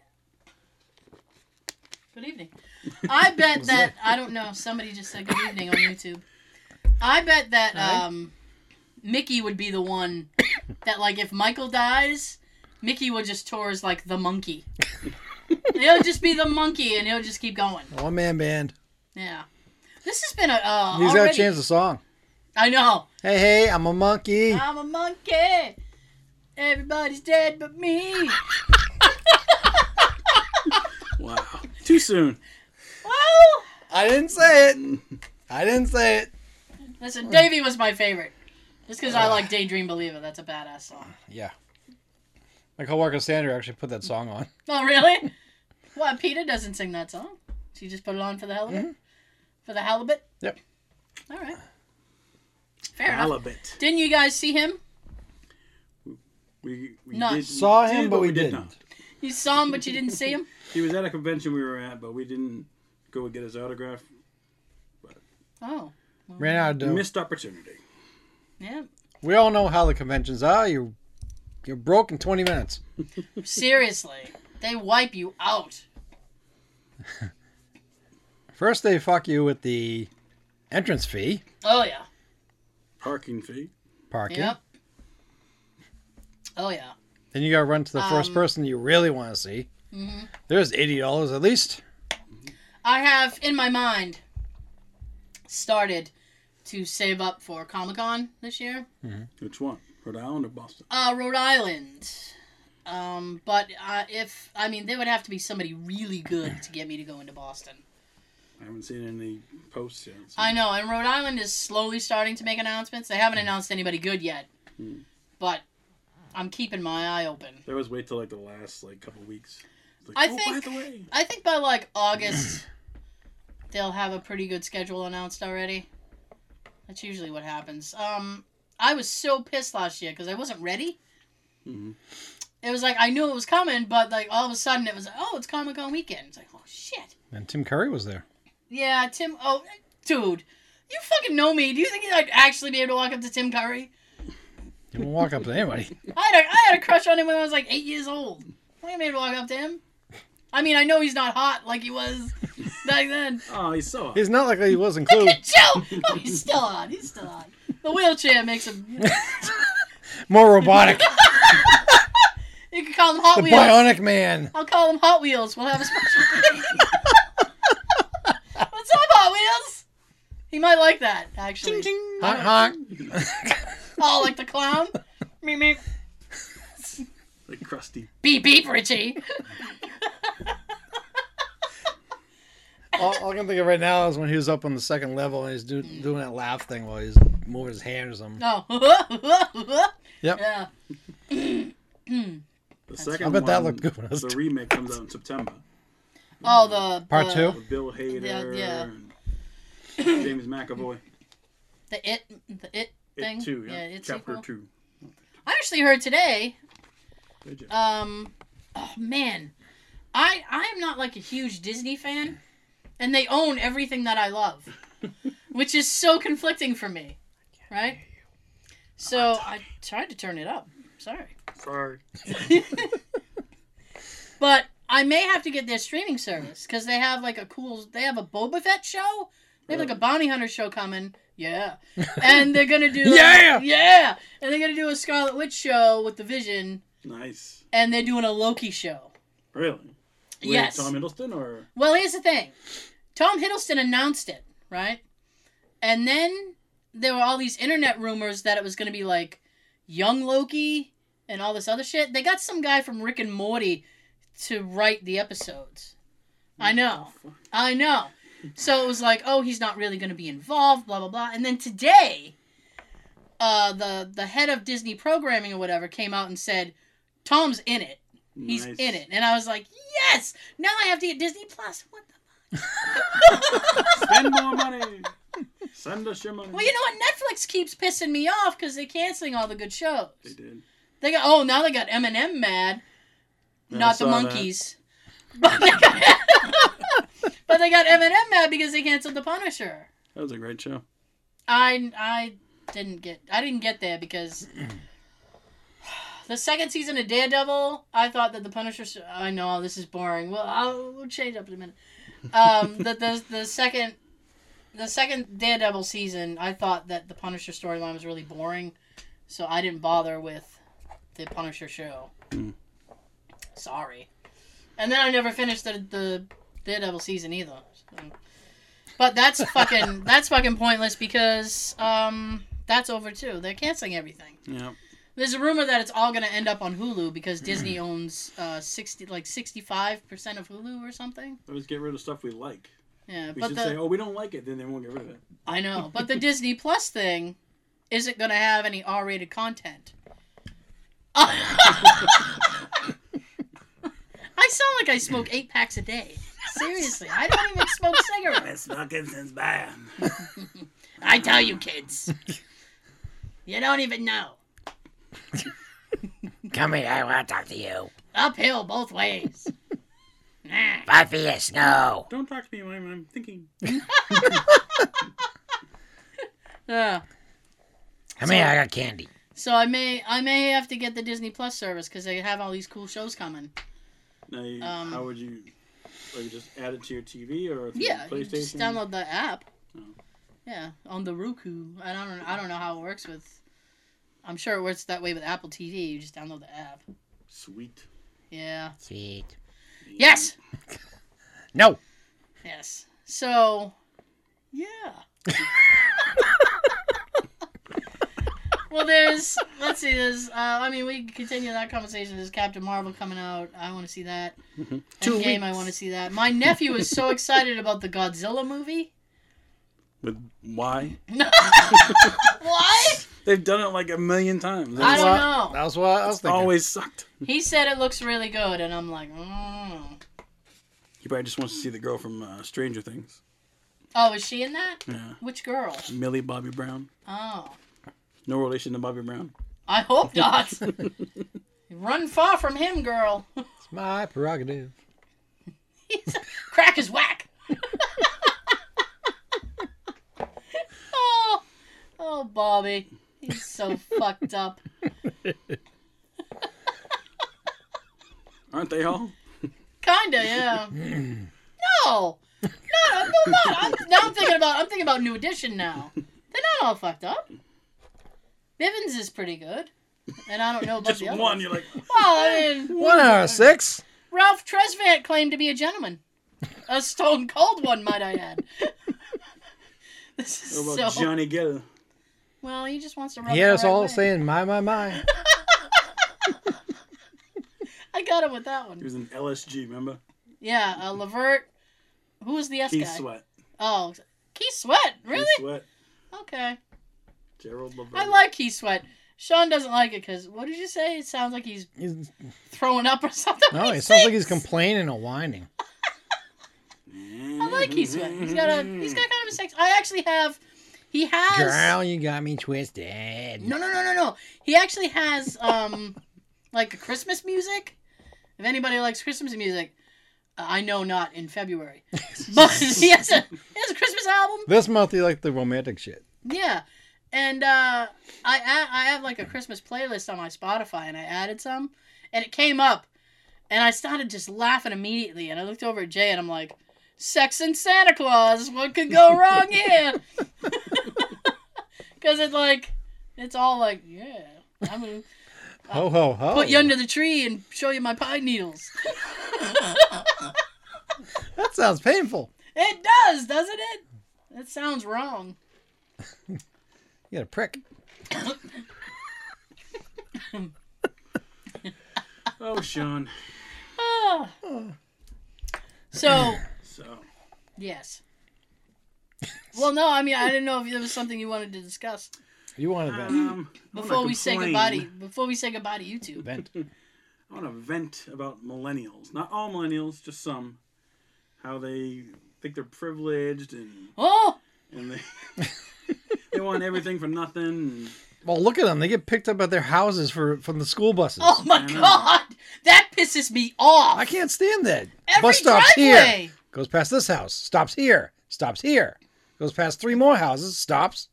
S2: Good evening. I bet that I don't know. Somebody just said good evening on YouTube. I bet that
S1: Hi.
S2: um, Mickey would be the one that like if Michael dies, Mickey would just tour as like the monkey. he'll just be the monkey, and he'll just keep going.
S4: One man band.
S2: Yeah. This has been a uh,
S4: He's got to
S2: already-
S4: change the song.
S2: I know.
S4: Hey, hey, I'm a monkey.
S2: I'm a monkey. Everybody's dead but me.
S3: Wow. Too soon.
S2: Well,
S4: I didn't say it. I didn't say it.
S2: listen, Davey was my favorite. Just because I like Daydream Believer. That's a badass song.
S4: My coworker Sandra actually put that song on.
S2: Oh, really? Why, Peter doesn't sing that song? She just put it on for the hell of it? For the halibut?
S4: Yep.
S2: All right. Fair enough.
S3: Halibut.
S2: Didn't you guys see him?
S3: We, we
S2: Not-
S3: did,
S4: Saw
S3: we
S4: him,
S3: did,
S4: but we
S3: did
S4: didn't.
S3: not.
S2: You saw him, but you didn't see him?
S3: He was at a convention we were at, but we didn't go and get his autograph.
S2: Oh,
S4: Ran out of dough.
S3: Missed opportunity.
S2: yeah.
S4: we all know how the conventions are. You, you're broke in 20 minutes.
S2: Seriously. They wipe you out.
S4: First, they fuck you with the entrance fee,
S2: Oh, yeah.
S3: Parking fee.
S4: parking.
S2: Yep. Oh, yeah.
S4: Then you got to run to the first
S2: Um,
S4: person you really want to see.
S2: Mhm.
S4: There's $80 at least.
S2: I have in my mind started to save up for Comic Con this year,
S3: Which one? Rhode Island or Boston?
S2: uh, Rhode Island. Um, but uh, if I mean, there would have to be somebody really good to get me to go into Boston.
S3: I haven't seen any posts yet. so-
S2: I know, and Rhode Island is slowly starting to make announcements. They haven't announced anybody good yet,
S3: Hmm.
S2: but I'm keeping my eye open.
S3: They always wait till like the last like couple weeks. It's like,
S2: I
S3: oh,
S2: think-
S3: By the way,
S2: I think by like August, they'll have a pretty good schedule announced already. That's usually what happens. Um, I was so pissed last year because I wasn't ready.
S3: Mhm.
S2: It was like I knew it was coming, but like all of a sudden it was like, oh, it's Comic Con weekend. It's like, oh shit.
S4: And Tim Curry was there.
S2: Yeah, Tim. Oh, dude, you fucking know me. Do you think I'd actually be able to walk up to Tim Curry?
S4: You won't walk up to anybody.
S2: I had a, I had a crush on him when I was like eight years old. I ain't be able to walk up to him. I mean, I know he's not hot like he was back then.
S3: oh, he's so.
S4: He's not like he was in
S2: Look
S4: Clue.
S2: at Joe. Oh, he's still on. He's still on. The wheelchair makes him.
S4: More robotic.
S2: You can call him Hot
S4: the
S2: Wheels.
S4: Bionic Man.
S2: I'll call him Hot Wheels. We'll have a special. What's up, Hot Wheels? He might like that actually.
S4: Honk, honk.
S2: Oh, like the clown. meep meep.
S3: like crusty.
S2: Beep beep, Richie.
S4: all, all I can think of right now is when he was up on the second level and he's do, doing that laugh thing while he's moving his hand or something.
S2: No.
S4: Yep.
S2: Oh. Yeah.
S3: The second
S4: I bet that
S3: one,
S4: looked good when I was
S3: The
S4: t-
S3: remake comes out in September.
S2: Oh, the
S4: Part
S2: the-
S4: two?
S3: With Bill Hader
S2: yeah.
S3: and James McAvoy.
S2: The it the it thing.
S3: It two, yeah.
S2: it's
S3: Chapter
S2: sequel.
S3: two.
S2: I actually heard today
S3: Did you?
S2: um oh man i i am not like a huge disney fan and they own everything that i love which is so conflicting for me right so i tried to turn it up sorry
S3: Sorry.
S2: but i may have to get their streaming service because they have like a cool they have a boba fett show they have like a bounty hunter show coming yeah and they're gonna do
S4: Yeah!
S2: yeah and they're gonna do a scarlet witch show with the vision
S3: Nice.
S2: and they're doing a loki show
S3: Really? With
S2: yes
S3: Tom Hiddleston or
S2: Well, here's the thing. Tom Hiddleston announced it, right? And then there were all these internet rumors that it was going to be like young Loki and all this other shit. They got some guy from Rick and Morty to write the episodes. I know. I know. So it was like, oh, he's not really going to be involved, blah blah blah. And then today, uh, the the head of Disney programming or whatever came out and said, Tom's in it. He's
S3: Nice.
S2: in it. And I was like, yes. Now I have to get Disney Plus. What the?
S3: Spend more money. Send us your money.
S2: Well, you know what? Netflix keeps pissing me off because they're canceling all the good shows.
S3: They did.
S2: They got oh now they got Eminem mad,
S3: Yeah, I
S2: not the
S3: saw that.
S2: monkeys. But they got- but they got Eminem mad because they canceled The Punisher.
S3: That was a great show.
S2: I I didn't get I didn't get there because the second season of Daredevil I thought that the Punisher s- I know this is boring well I'll we'll change up in a minute um, the, the the second the second Daredevil season, I thought that the Punisher storyline was really boring, so I didn't bother with the Punisher show.
S3: Mm.
S2: Sorry. And then I never finished the the Daredevil season either. So. But that's fucking that's fucking pointless because um, that's over too. They're canceling everything.
S3: Yeah.
S2: There's a rumor that it's all going to end up on Hulu
S3: Hmm.
S2: because Disney owns uh, sixty like sixty five percent of Hulu or something.
S3: Let's get rid of stuff we like.
S2: Yeah,
S3: We
S2: but
S3: should
S2: the
S3: say, oh, we don't like it, then they won't get rid of it.
S2: I know, but the Disney Plus thing isn't going to have any R rated content. I sound like I smoke eight packs a day. Seriously, I don't even smoke cigarettes.
S3: That's fucking since bam.
S2: I tell you, kids, you don't even know.
S5: Come here, I want to talk to you.
S2: Uphill both ways. Nah.
S5: Five feet of snow.
S3: Don't talk to me, I'm, I'm thinking.
S2: Yeah.
S5: Come here, I got candy.
S2: So I may I may have to get the Disney Plus service because they have all these cool shows coming.
S3: Now, you,
S2: Um,
S3: how would you, like, just add it to your TV or through
S2: Yeah, you
S3: Mm-hmm. PlayStation?
S2: just download the app.
S3: Oh.
S2: Yeah, on the Roku. I don't I don't know how it works with. I'm sure it works that way with Apple TV. You just download the app.
S3: Sweet.
S2: Yeah.
S5: Sweet.
S2: Yes.
S5: No.
S2: Yes. So. Yeah. well, there's. Let's see. There's. Uh, I mean, we can continue that conversation. There's Captain Marvel coming out. I want to see that.
S3: Mm-hmm. Two
S2: Endgame, I want to see that. My nephew is so excited about the Godzilla movie.
S3: With why?
S2: What?
S3: They've done it like a million times.
S2: I
S3: It's
S2: don't
S4: Well,
S2: know.
S4: That was what I was thinking.
S3: always sucked.
S2: He said it looks really good, and I'm like, mm.
S3: He probably just wants to see the girl from uh, Stranger Things.
S2: oh, is she in that?
S3: Yeah.
S2: Which girl?
S3: Millie Bobby Brown.
S2: Oh,
S3: No relation to Bobby Brown.
S2: I hope not. Run far from him, girl.
S4: It's my prerogative.
S2: Crack is whack. oh, oh, Bobby, he's so fucked up.
S3: Aren't they all?
S2: Kinda, yeah. no, no, no, no, not. I'm, now I'm thinking about I'm thinking about New Edition now. They're not all fucked up. Bivens is pretty good, and I don't know about
S3: Just
S2: the other
S3: one.
S2: ones.
S3: You're like,
S2: Well, I mean,
S4: One hour six.
S2: Ralph Tresvant claimed to be a gentleman. A stone cold one, might I add. this is
S3: what
S2: so.
S3: about Johnny Gill?
S2: Well, he just wants to rub
S4: He
S2: it the
S4: had us
S2: right
S4: all
S2: way.
S4: saying my my my.
S2: I got him with that
S3: He
S2: one.
S3: was in LSG, remember?
S2: Yeah, uh, Levert. Who was the S
S3: Keith
S2: guy?
S3: Sweat.
S2: Oh, Keith Sweat. Really?
S3: Keith Sweat.
S2: Okay.
S3: Gerald Levert.
S2: I like Keith Sweat. Sean doesn't like it because what did you say? It sounds like he's
S4: He's-
S2: throwing up or something.
S4: No,
S2: when he
S4: it sounds like he's
S2: sings.
S4: complaining or whining.
S2: I like Keith Sweat. He's got a. He's got kind of a sex. I actually have. He has.
S5: Girl, you got me twisted.
S2: No, no, no, no, no. He actually has um, like Christmas music. If anybody likes Christmas music, uh, I know not in February, but he has a he has a Christmas album.
S4: This month he liked the romantic shit.
S2: Yeah, and uh, I add, I have like a Christmas playlist on my Spotify, and I added some, and it came up, and I started just laughing immediately, and I looked over at Jay, and I'm like, "Sex and Santa Claus, what could go wrong here?" Because it's like, it's all like, yeah, I'm gonna
S4: Ho ho ho.
S2: Oh. put you under the tree and show you my pine needles.
S4: That sounds painful.
S2: It does, doesn't it? That sounds wrong.
S4: You got a prick.
S3: Oh, Sean.
S2: Ah. So.
S3: So,
S2: Yes. Well, no, I mean, I didn't know if there was something you wanted to discuss
S4: You wanted that.
S3: um, I wanna
S2: Mm. before we say
S3: complain.
S2: goodbye. To, before we say goodbye to you two.
S4: Vent.
S3: I want to vent about millennials. Not all millennials, just some. How they think they're privileged and,
S2: Oh,
S3: and they they want everything for nothing. And
S4: Well, look at them. They get picked up at their houses for from the school buses.
S2: oh my
S3: I know.
S2: God, that pisses me off.
S4: I can't stand that.
S2: Every
S4: Bus stops here.
S2: driveway.
S4: Goes past this house. Stops here. Stops here. Goes past three more houses. Stops.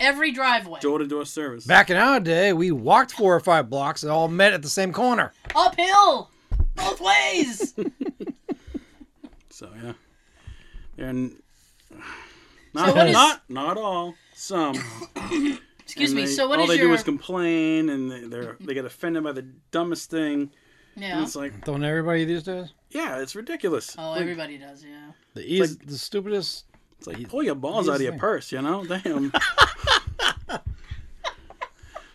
S2: Every driveway.
S3: door to door service.
S4: Back in our day, we walked four or five blocks and all met at the same corner.
S2: Uphill, both ways.
S3: So, yeah. and not
S2: what is-
S3: not not all some.
S2: Excuse
S3: And
S2: me.
S3: they-
S2: so what
S3: all
S2: is
S3: they
S2: your?
S3: do is complain, and they, they're they get offended by the dumbest thing. And
S2: yeah.
S3: it's like,
S4: Don't everybody these days?
S3: yeah, it's ridiculous.
S2: Oh,
S3: like,
S2: everybody does. Yeah.
S4: The eas- the stupidest.
S3: It's like pull your balls out of your
S4: Easy.
S3: purse, you know? Damn.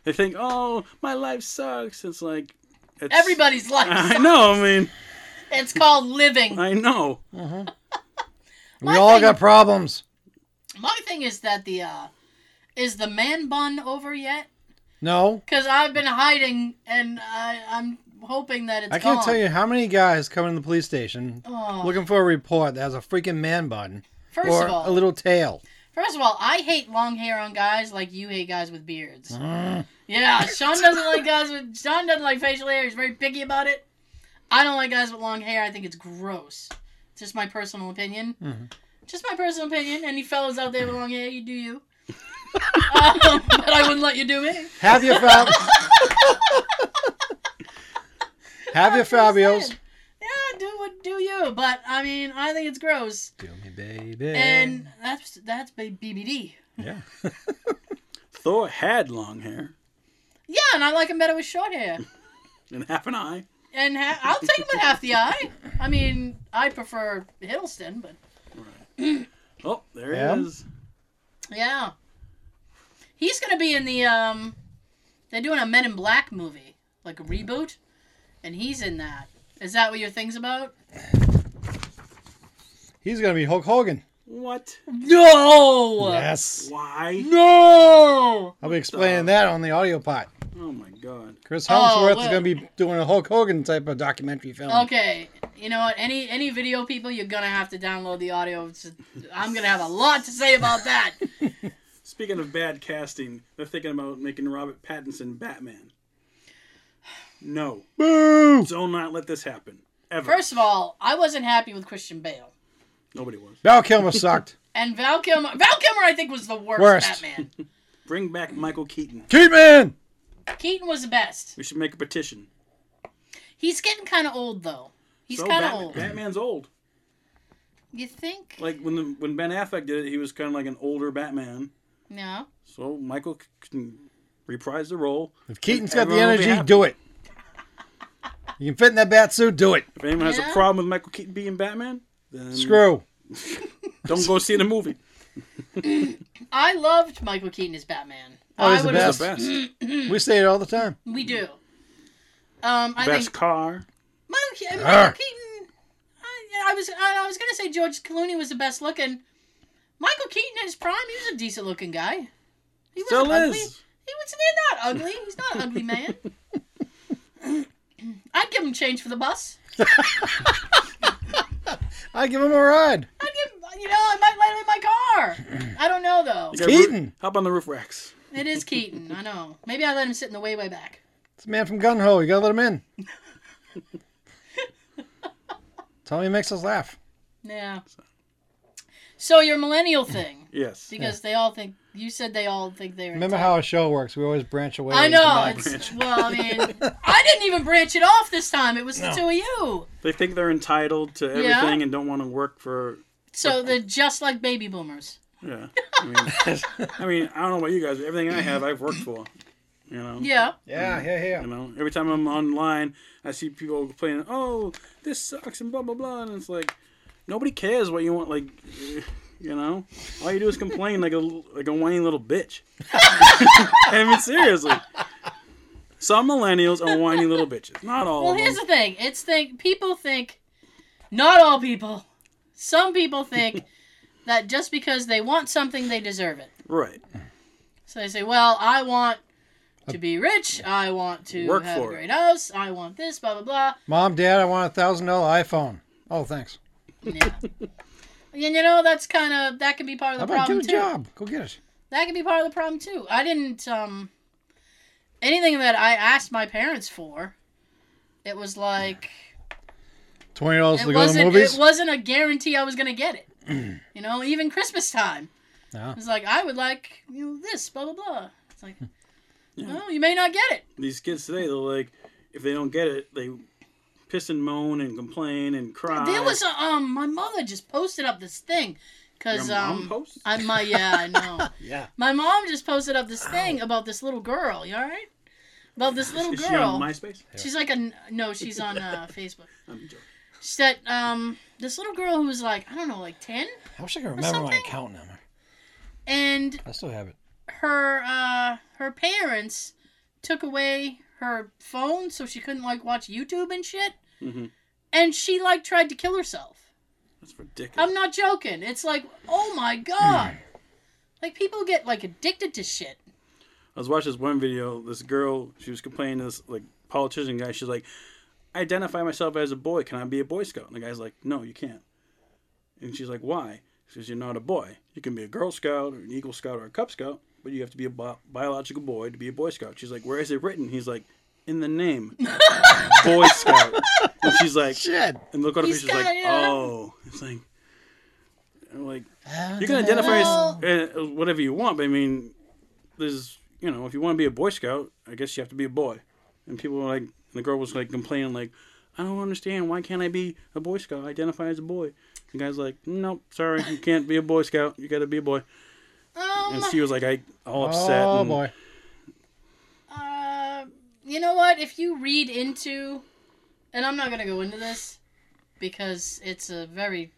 S3: they think, oh, my life sucks. It's like it's,
S2: Everybody's life.
S3: I
S2: sucks.
S3: know. I mean,
S2: It's called living.
S3: I know.
S4: We
S2: My
S4: all
S2: thing-
S4: got problems.
S2: My thing is that the uh, is the man bun over yet?
S4: No,
S2: Because I've been hiding, and I, I'm hoping that it's
S4: I can't
S2: gone.
S4: tell you how many guys come in the police station
S2: Oh,
S4: looking for a report that has a freaking man bun
S2: first
S4: or
S2: of all,
S4: a little tail.
S2: first of all, I hate long hair on guys like you hate guys with beards. Yeah, Sean doesn't like guys with Sean doesn't like facial hair. He's very picky about it. I don't like guys with long hair. I think it's gross. It's just my personal opinion.
S4: Mhm.
S2: Just my personal opinion. Any fellas out there with long hair, you do you. um, but I wouldn't let you do me.
S4: Have your Fab. Have your
S2: That's what I'm
S4: Fabios.
S2: saying. Yeah, do what do you? But I mean, I think it's gross,
S4: Do me, baby.
S2: and that's that's B- BBD.
S4: yeah.
S3: Thor had long hair
S2: Yeah, and I like him better with short hair.
S3: and half an eye.
S2: And ha- I'll take him with half the eye. I mean, I prefer Hiddleston, but
S3: Oh, there
S4: Yeah.
S3: he is.
S2: yeah, he's gonna be in the um. They're doing a Men in Black movie, like a reboot, and he's in that. Is that what your thing's about?
S4: He's gonna be Hulk Hogan.
S3: What?
S2: No.
S4: Yes.
S3: Why?
S2: No.
S4: I'll be explaining that on the audio pot.
S3: Oh my God.
S4: Chris
S2: Oh,
S4: Hemsworth is
S2: well.
S4: gonna be doing a Hulk Hogan type of documentary film.
S2: Okay, you know what? Any any video people, you're gonna have to download the audio. It's- I'm gonna have a lot to say about that.
S3: Speaking of bad casting, they're thinking about making Robert Pattinson Batman. No,
S4: Boo!
S3: do not let this happen ever.
S2: First of all, I wasn't happy with Christian Bale
S3: Nobody was.
S4: Val Kilmer sucked.
S2: and Val Kilmer. Val Kilmer, I think, was the worst,
S4: Worst.
S2: Batman.
S3: Bring back Michael Keaton.
S4: Keatman.
S2: Keaton was the best.
S3: We should make a petition.
S2: He's getting kind of old though. He's
S3: so
S2: kind of
S3: Batman-
S2: old.
S3: Batman's old.
S2: You think?
S3: Like when the, when Ben Affleck did it, he was kind of like an older Batman.
S2: No.
S3: So Michael c- can reprise the role.
S4: If Keaton's got the
S3: Everyone will be
S4: energy,
S3: happy.
S4: do it. You can fit in that bat suit, do it.
S3: If anyone has
S2: Yeah.
S3: a problem with Michael Keaton being Batman, then
S4: Screw.
S3: Don't go see the movie.
S2: I loved Michael Keaton as Batman.
S4: Oh, he's
S2: I
S4: the
S2: would've-
S3: It's
S4: best.
S3: the best.
S4: We say it all the time.
S2: We do. Um, I
S3: best
S2: think
S3: car.
S2: Michael, Ke- Michael
S4: Arr.
S2: Keaton. I, I was I, I was gonna say George Clooney was the best looking. Michael Keaton in his prime, he was a decent looking guy. He wasn't
S3: Still
S2: ugly.
S3: is.
S2: He was he's not ugly. He's not an ugly man. I'd give him change for the bus.
S4: I give him a ride.
S2: I'd give him, you know, I might let him in my car. I don't know though.
S3: You got roo-
S4: Keaton.
S3: Hop on the roof racks.
S2: It is Keaton. I know. Maybe I let him sit in the way way back.
S4: It's a man from Gunho. You gotta let him in. Tell me he makes us laugh.
S2: Yeah. So your millennial thing,
S3: Yes.
S2: because they all think you said they all think they were.
S4: Remember how a show works? We always branch away.
S2: I
S4: and
S2: know.
S4: combine.
S2: It's, well, I mean, I didn't even branch it off this time. It was the
S4: No.
S2: two of you.
S3: They think they're entitled to everything
S2: Yeah.
S3: and don't want to work for.
S2: So they're just like baby boomers.
S3: Yeah. I mean, I mean, I don't know about you guys, but everything I have, I've worked for. You know.
S2: Yeah.
S4: Yeah, yeah, yeah.
S3: You know, every time I'm online, I see people complaining, "Oh, this sucks," and blah blah blah, and it's like nobody cares what you want. Like, eh, you know, all you do is complain like a l- like a whiny little bitch. I mean, seriously. Some millennials are whiny little bitches. Not all
S2: Well,
S3: of them.
S2: here's the thing. It's think people think, not all people. Some people think that just because they want something, they deserve it.
S3: Right.
S2: So they say, "Well, I want to be rich. I want to
S3: Work
S2: have a
S3: for it.
S2: great house. I want this. Blah blah blah."
S4: Mom, Dad, I want a thousand dollar iPhone. Oh, thanks.
S2: Yeah. and you know that's kind of that can be part of
S4: How
S2: the
S4: about
S2: problem
S4: get a
S2: too.
S4: job? Go get it.
S2: That can be part of the problem too. I didn't um anything that I asked my parents for. It was like
S4: Twenty dollars
S2: it
S4: to go to the
S2: wasn't it
S4: movies.
S2: wasn't a guarantee I was gonna get it. you know, even Christmas time.
S4: Yeah.
S2: It was like I would like you know this blah blah blah. It's like, no, you may not get it.
S3: These kids today, they're like, if they don't get it, they piss and moan and complain and cry.
S2: There was a, um my mother just posted up this thing cuz
S3: Your mom
S2: um
S3: posts?
S2: I my yeah, I know.
S4: Yeah.
S2: My mom just posted up this thing about this little girl, you all right? About this little
S3: Is she
S2: girl.
S3: on MySpace?
S2: She's like a no, she's on uh, Facebook.
S3: I'm joking.
S2: She said um this little girl who was like, I don't know, like 10
S4: I wish I could
S2: remember my something?
S4: account number.
S2: and
S4: I still have it.
S2: her uh her parents took away her phone so she couldn't like watch YouTube and shit.
S3: Mhm.
S2: And she like tried to kill herself.
S3: That's ridiculous.
S2: I'm not joking. It's like, oh my god. like people get like addicted to shit.
S3: I was watching this one video. This girl, she was complaining to this like politician guy. She's like, I identify myself as a boy. Can I be a Boy Scout? And the guy's like, No, you can't. And she's like, Why? She says, You're not a boy. You can be a Girl Scout or an Eagle Scout or a Cub Scout, but you have to be a bi- biological boy to be a Boy Scout. She's like, Where is it written? He's like, In the name, Boy Scout. And she's like,
S4: Shit.
S3: And look at her
S2: He's
S3: face. She's like,
S2: got it.
S3: Oh, it's like, I'm like, you can identify as uh, whatever you want, but I mean, there's you know, if you want to be a Boy Scout, I guess you have to be a boy. And people were like, and the girl was like complaining, like, I don't understand why can't I be a Boy Scout? I identify as a boy. The guy's like, nope, sorry, you can't be a Boy Scout. You got to be a boy.
S2: Um
S3: And she was like, I all upset.
S4: Oh
S3: and
S4: boy.
S2: uh, you know what? If you read into and I'm not gonna go into this because it's a very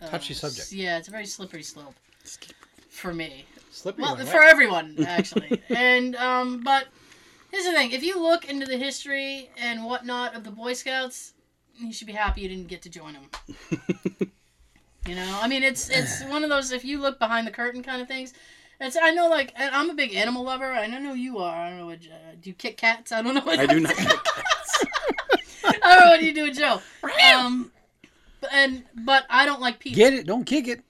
S2: uh,
S4: Touchy subject.
S2: Yeah, it's a very slippery slope for me.
S4: Slippery
S2: Well,
S4: one,
S2: for
S4: right?
S2: everyone actually. and um, but here's the thing: if you look into the history and whatnot of the Boy Scouts, you should be happy you didn't get to join them. you know, I mean, it's it's one of those if you look behind the curtain kind of things. It's I know like and I'm a big animal lover. and I know you are. I don't know what uh, do you kick cats. I don't know what
S3: I do not.
S2: I don't know what you do, with Joe. Um, b- and but I don't like PETA.
S5: Get it? Don't kick it.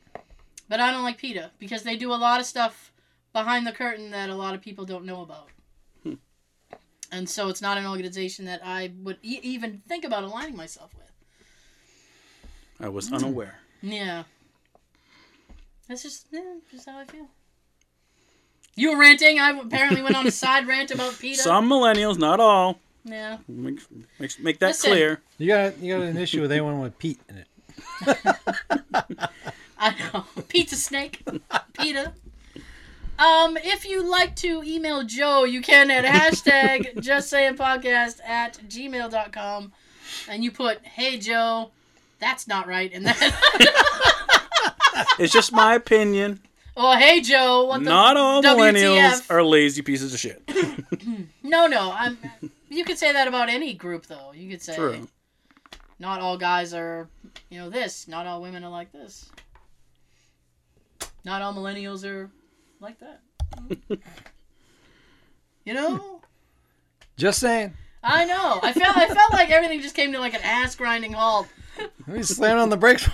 S2: But I don't like PETA because they do a lot of stuff behind the curtain that a lot of people don't know about.
S3: Hmm.
S2: And so it's not an organization that I would e- even think about aligning myself with.
S3: I was unaware.
S2: Yeah. That's just, yeah, just how I feel. You were ranting. I apparently went on a side rant about PETA.
S3: Some millennials, not all.
S2: Yeah.
S3: Make, make, make that
S2: Listen.
S3: clear.
S4: You got you got an issue with anyone with Pete in it.
S2: I know. Pizza snake. Peta. Um, if you'd like to email Joe, you can at hashtag just saying podcast at gmail.com. And you put, hey, Joe, that's not right. And then,
S3: It's just my opinion.
S2: oh, hey, Joe, what the
S3: Not all millennials
S2: WTF?
S3: are lazy pieces of shit.
S2: No, no. I'm. You could say that about any group, though. You could say,
S3: True.
S2: not all guys are, you know, this. Not all women are like this. Not all millennials are like that. you know?
S4: Just saying.
S2: I know. I felt I felt like everything just came to like an ass grinding halt.
S4: Let me slam on the brakes.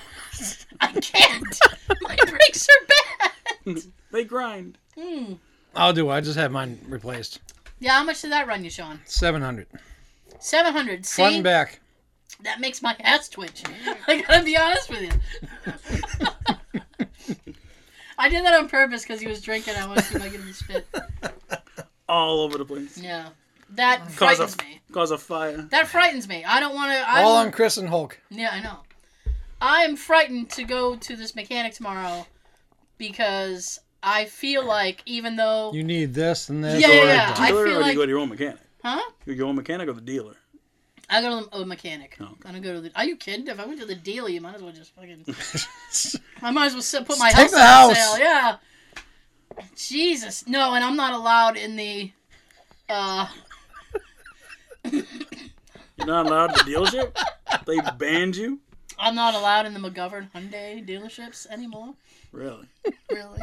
S2: I can't. My brakes are bad.
S3: They grind.
S2: Hmm.
S4: I'll do. it. I just have mine replaced.
S2: Yeah, how much did that run you, Sean?
S4: Seven hundred.
S2: Seven hundred. See,
S4: Front and back.
S2: that makes my ass twitch. I gotta be honest with you. I did that on purpose because he was drinking. I wanted to like him to spit.
S3: all over the place.
S2: Yeah, that
S3: Cause a,
S2: frightens me.
S3: cause a fire.
S2: That frightens me. I don't want to.
S4: All on Chris and Hulk.
S2: Yeah, I know. I am frightened to go to this mechanic tomorrow because I feel like even though
S4: You need this and this.
S2: Yeah, yeah,
S3: Or a
S2: yeah. I feel
S3: dealer, or do you
S2: like-
S3: go to your own mechanic?
S2: Huh?
S3: You go to your own mechanic or the dealer?
S2: I go to the- a mechanic.
S3: Oh, okay.
S2: I don't go to the. Are you kidding? If I went to the dealer, you might as well just fucking. I might as well sit, put my
S4: Take
S2: house
S4: the
S2: on
S4: house.
S2: sale. Yeah. Jesus, no, and I'm not allowed in the. Uh,
S3: You're not allowed to the dealership? They banned you?
S2: I'm not allowed in the McGovern Hyundai dealerships anymore.
S3: Really?
S2: Really?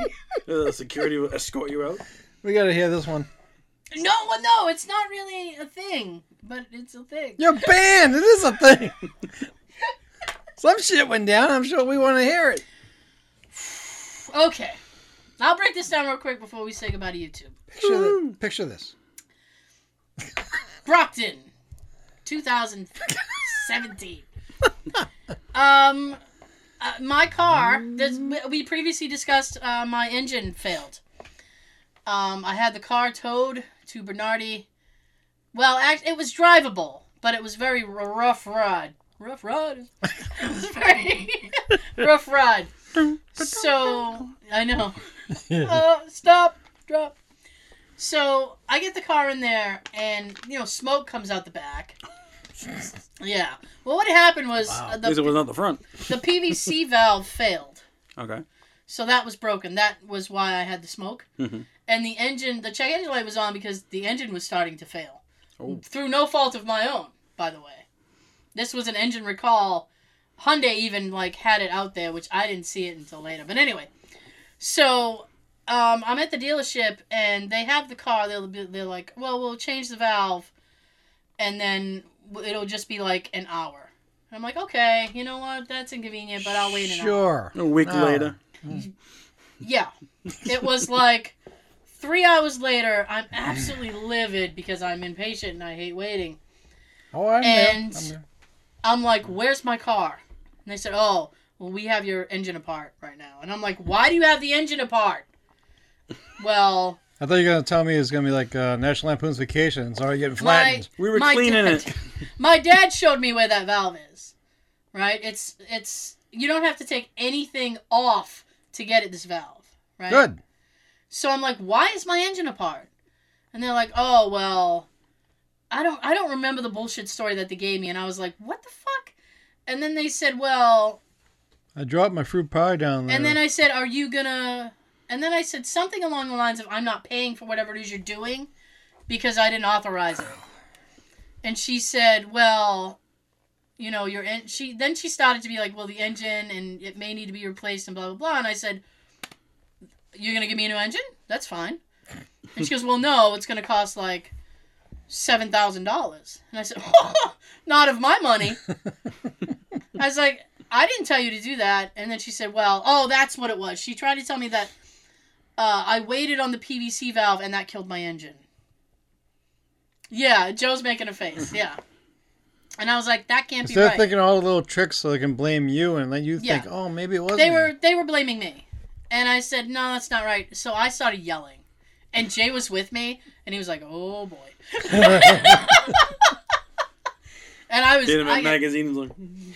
S3: The security will escort you out?
S4: We gotta hear this one.
S2: no, well, no, it's not really a thing, but it's a thing.
S4: You're banned. It is a thing. Some shit went down. I'm sure we want to hear it.
S2: Okay. I'll break this down real quick before we say goodbye to YouTube.
S4: Picture, the, picture this.
S2: Brockton, 2017. um, uh, my car. This, we previously discussed uh, my engine failed. Um, I had the car towed to Bernardi. Well, act, it was drivable, but it was very r- rough ride. Rough ride. it was very rough ride. So I know. Uh, stop. Drop. So I get the car in there, and you know, smoke comes out the back. Yeah. Well, what happened was uh,
S3: At least it
S2: the
S3: was not the front.
S2: the PVC valve failed.
S3: Okay.
S2: So that was broken. That was why I had the smoke.
S3: Mhm.
S2: And the engine, the check engine light was on because the engine was starting to fail.
S3: Oh.
S2: Through no fault of my own, by the way. This was an engine recall. Hyundai even like had it out there, which I didn't see it until later. But anyway, so um, I'm at the dealership and they have the car. They'll be, they're like, well, we'll change the valve, and then w- it'll just be like an hour. And I'm like, okay, you know what? That's inconvenient, but I'll wait an hour.
S5: Sure.
S3: A week
S5: Oh.
S3: later.
S2: Yeah. It was like three hours later, I'm absolutely livid because I'm impatient and I hate waiting.
S5: Oh, I'm
S2: And-
S5: there. I'm there.
S2: I'm like, where's my car? And they said, oh, well, we have your engine apart right now. And I'm like, why do you have the engine apart? Well,
S4: I thought you were gonna tell me it was gonna be like uh, National Lampoon's Vacation. It's already getting flattened.
S3: We were
S2: My
S3: cleaning
S2: dad.
S3: it.
S2: my dad showed me where that valve is. Right? It's, it's, you don't have to take anything off to get at this valve. Right?
S4: Good.
S2: So I'm like, why is my engine apart? And they're like, oh well, I don't I don't remember the bullshit story that they gave me. And I was like, what the fuck? And then they said, well,
S4: I dropped my fruit pie down there.
S2: and then I said, are you gonna? And then I said something along the lines of, I'm not paying for whatever it is you're doing because I didn't authorize it. And she said, well, you know, your en-, she then she started to be like, well, the engine and it may need to be replaced and blah blah blah. And I said, you're gonna give me a new engine? That's fine. And she goes, well, no, it's gonna cost like seven thousand dollars. And I said, not of my money. I was like, I didn't tell you to do that. And then she said, well, oh, that's what it was. She tried to tell me that uh, I waited on the PVC valve and that killed my engine. Yeah, Joe's making a face. Yeah. And I was like, that can't
S4: Instead
S2: be
S4: of
S2: right.
S4: thinking all the little tricks so they can blame you and let you
S2: Yeah.
S4: think, oh, maybe it wasn't.
S2: they
S4: me."
S2: were they were blaming me and i said no that's not right so i started yelling and jay was with me and he was like oh boy and i was
S3: Did him
S2: I-
S3: at magazines. Like,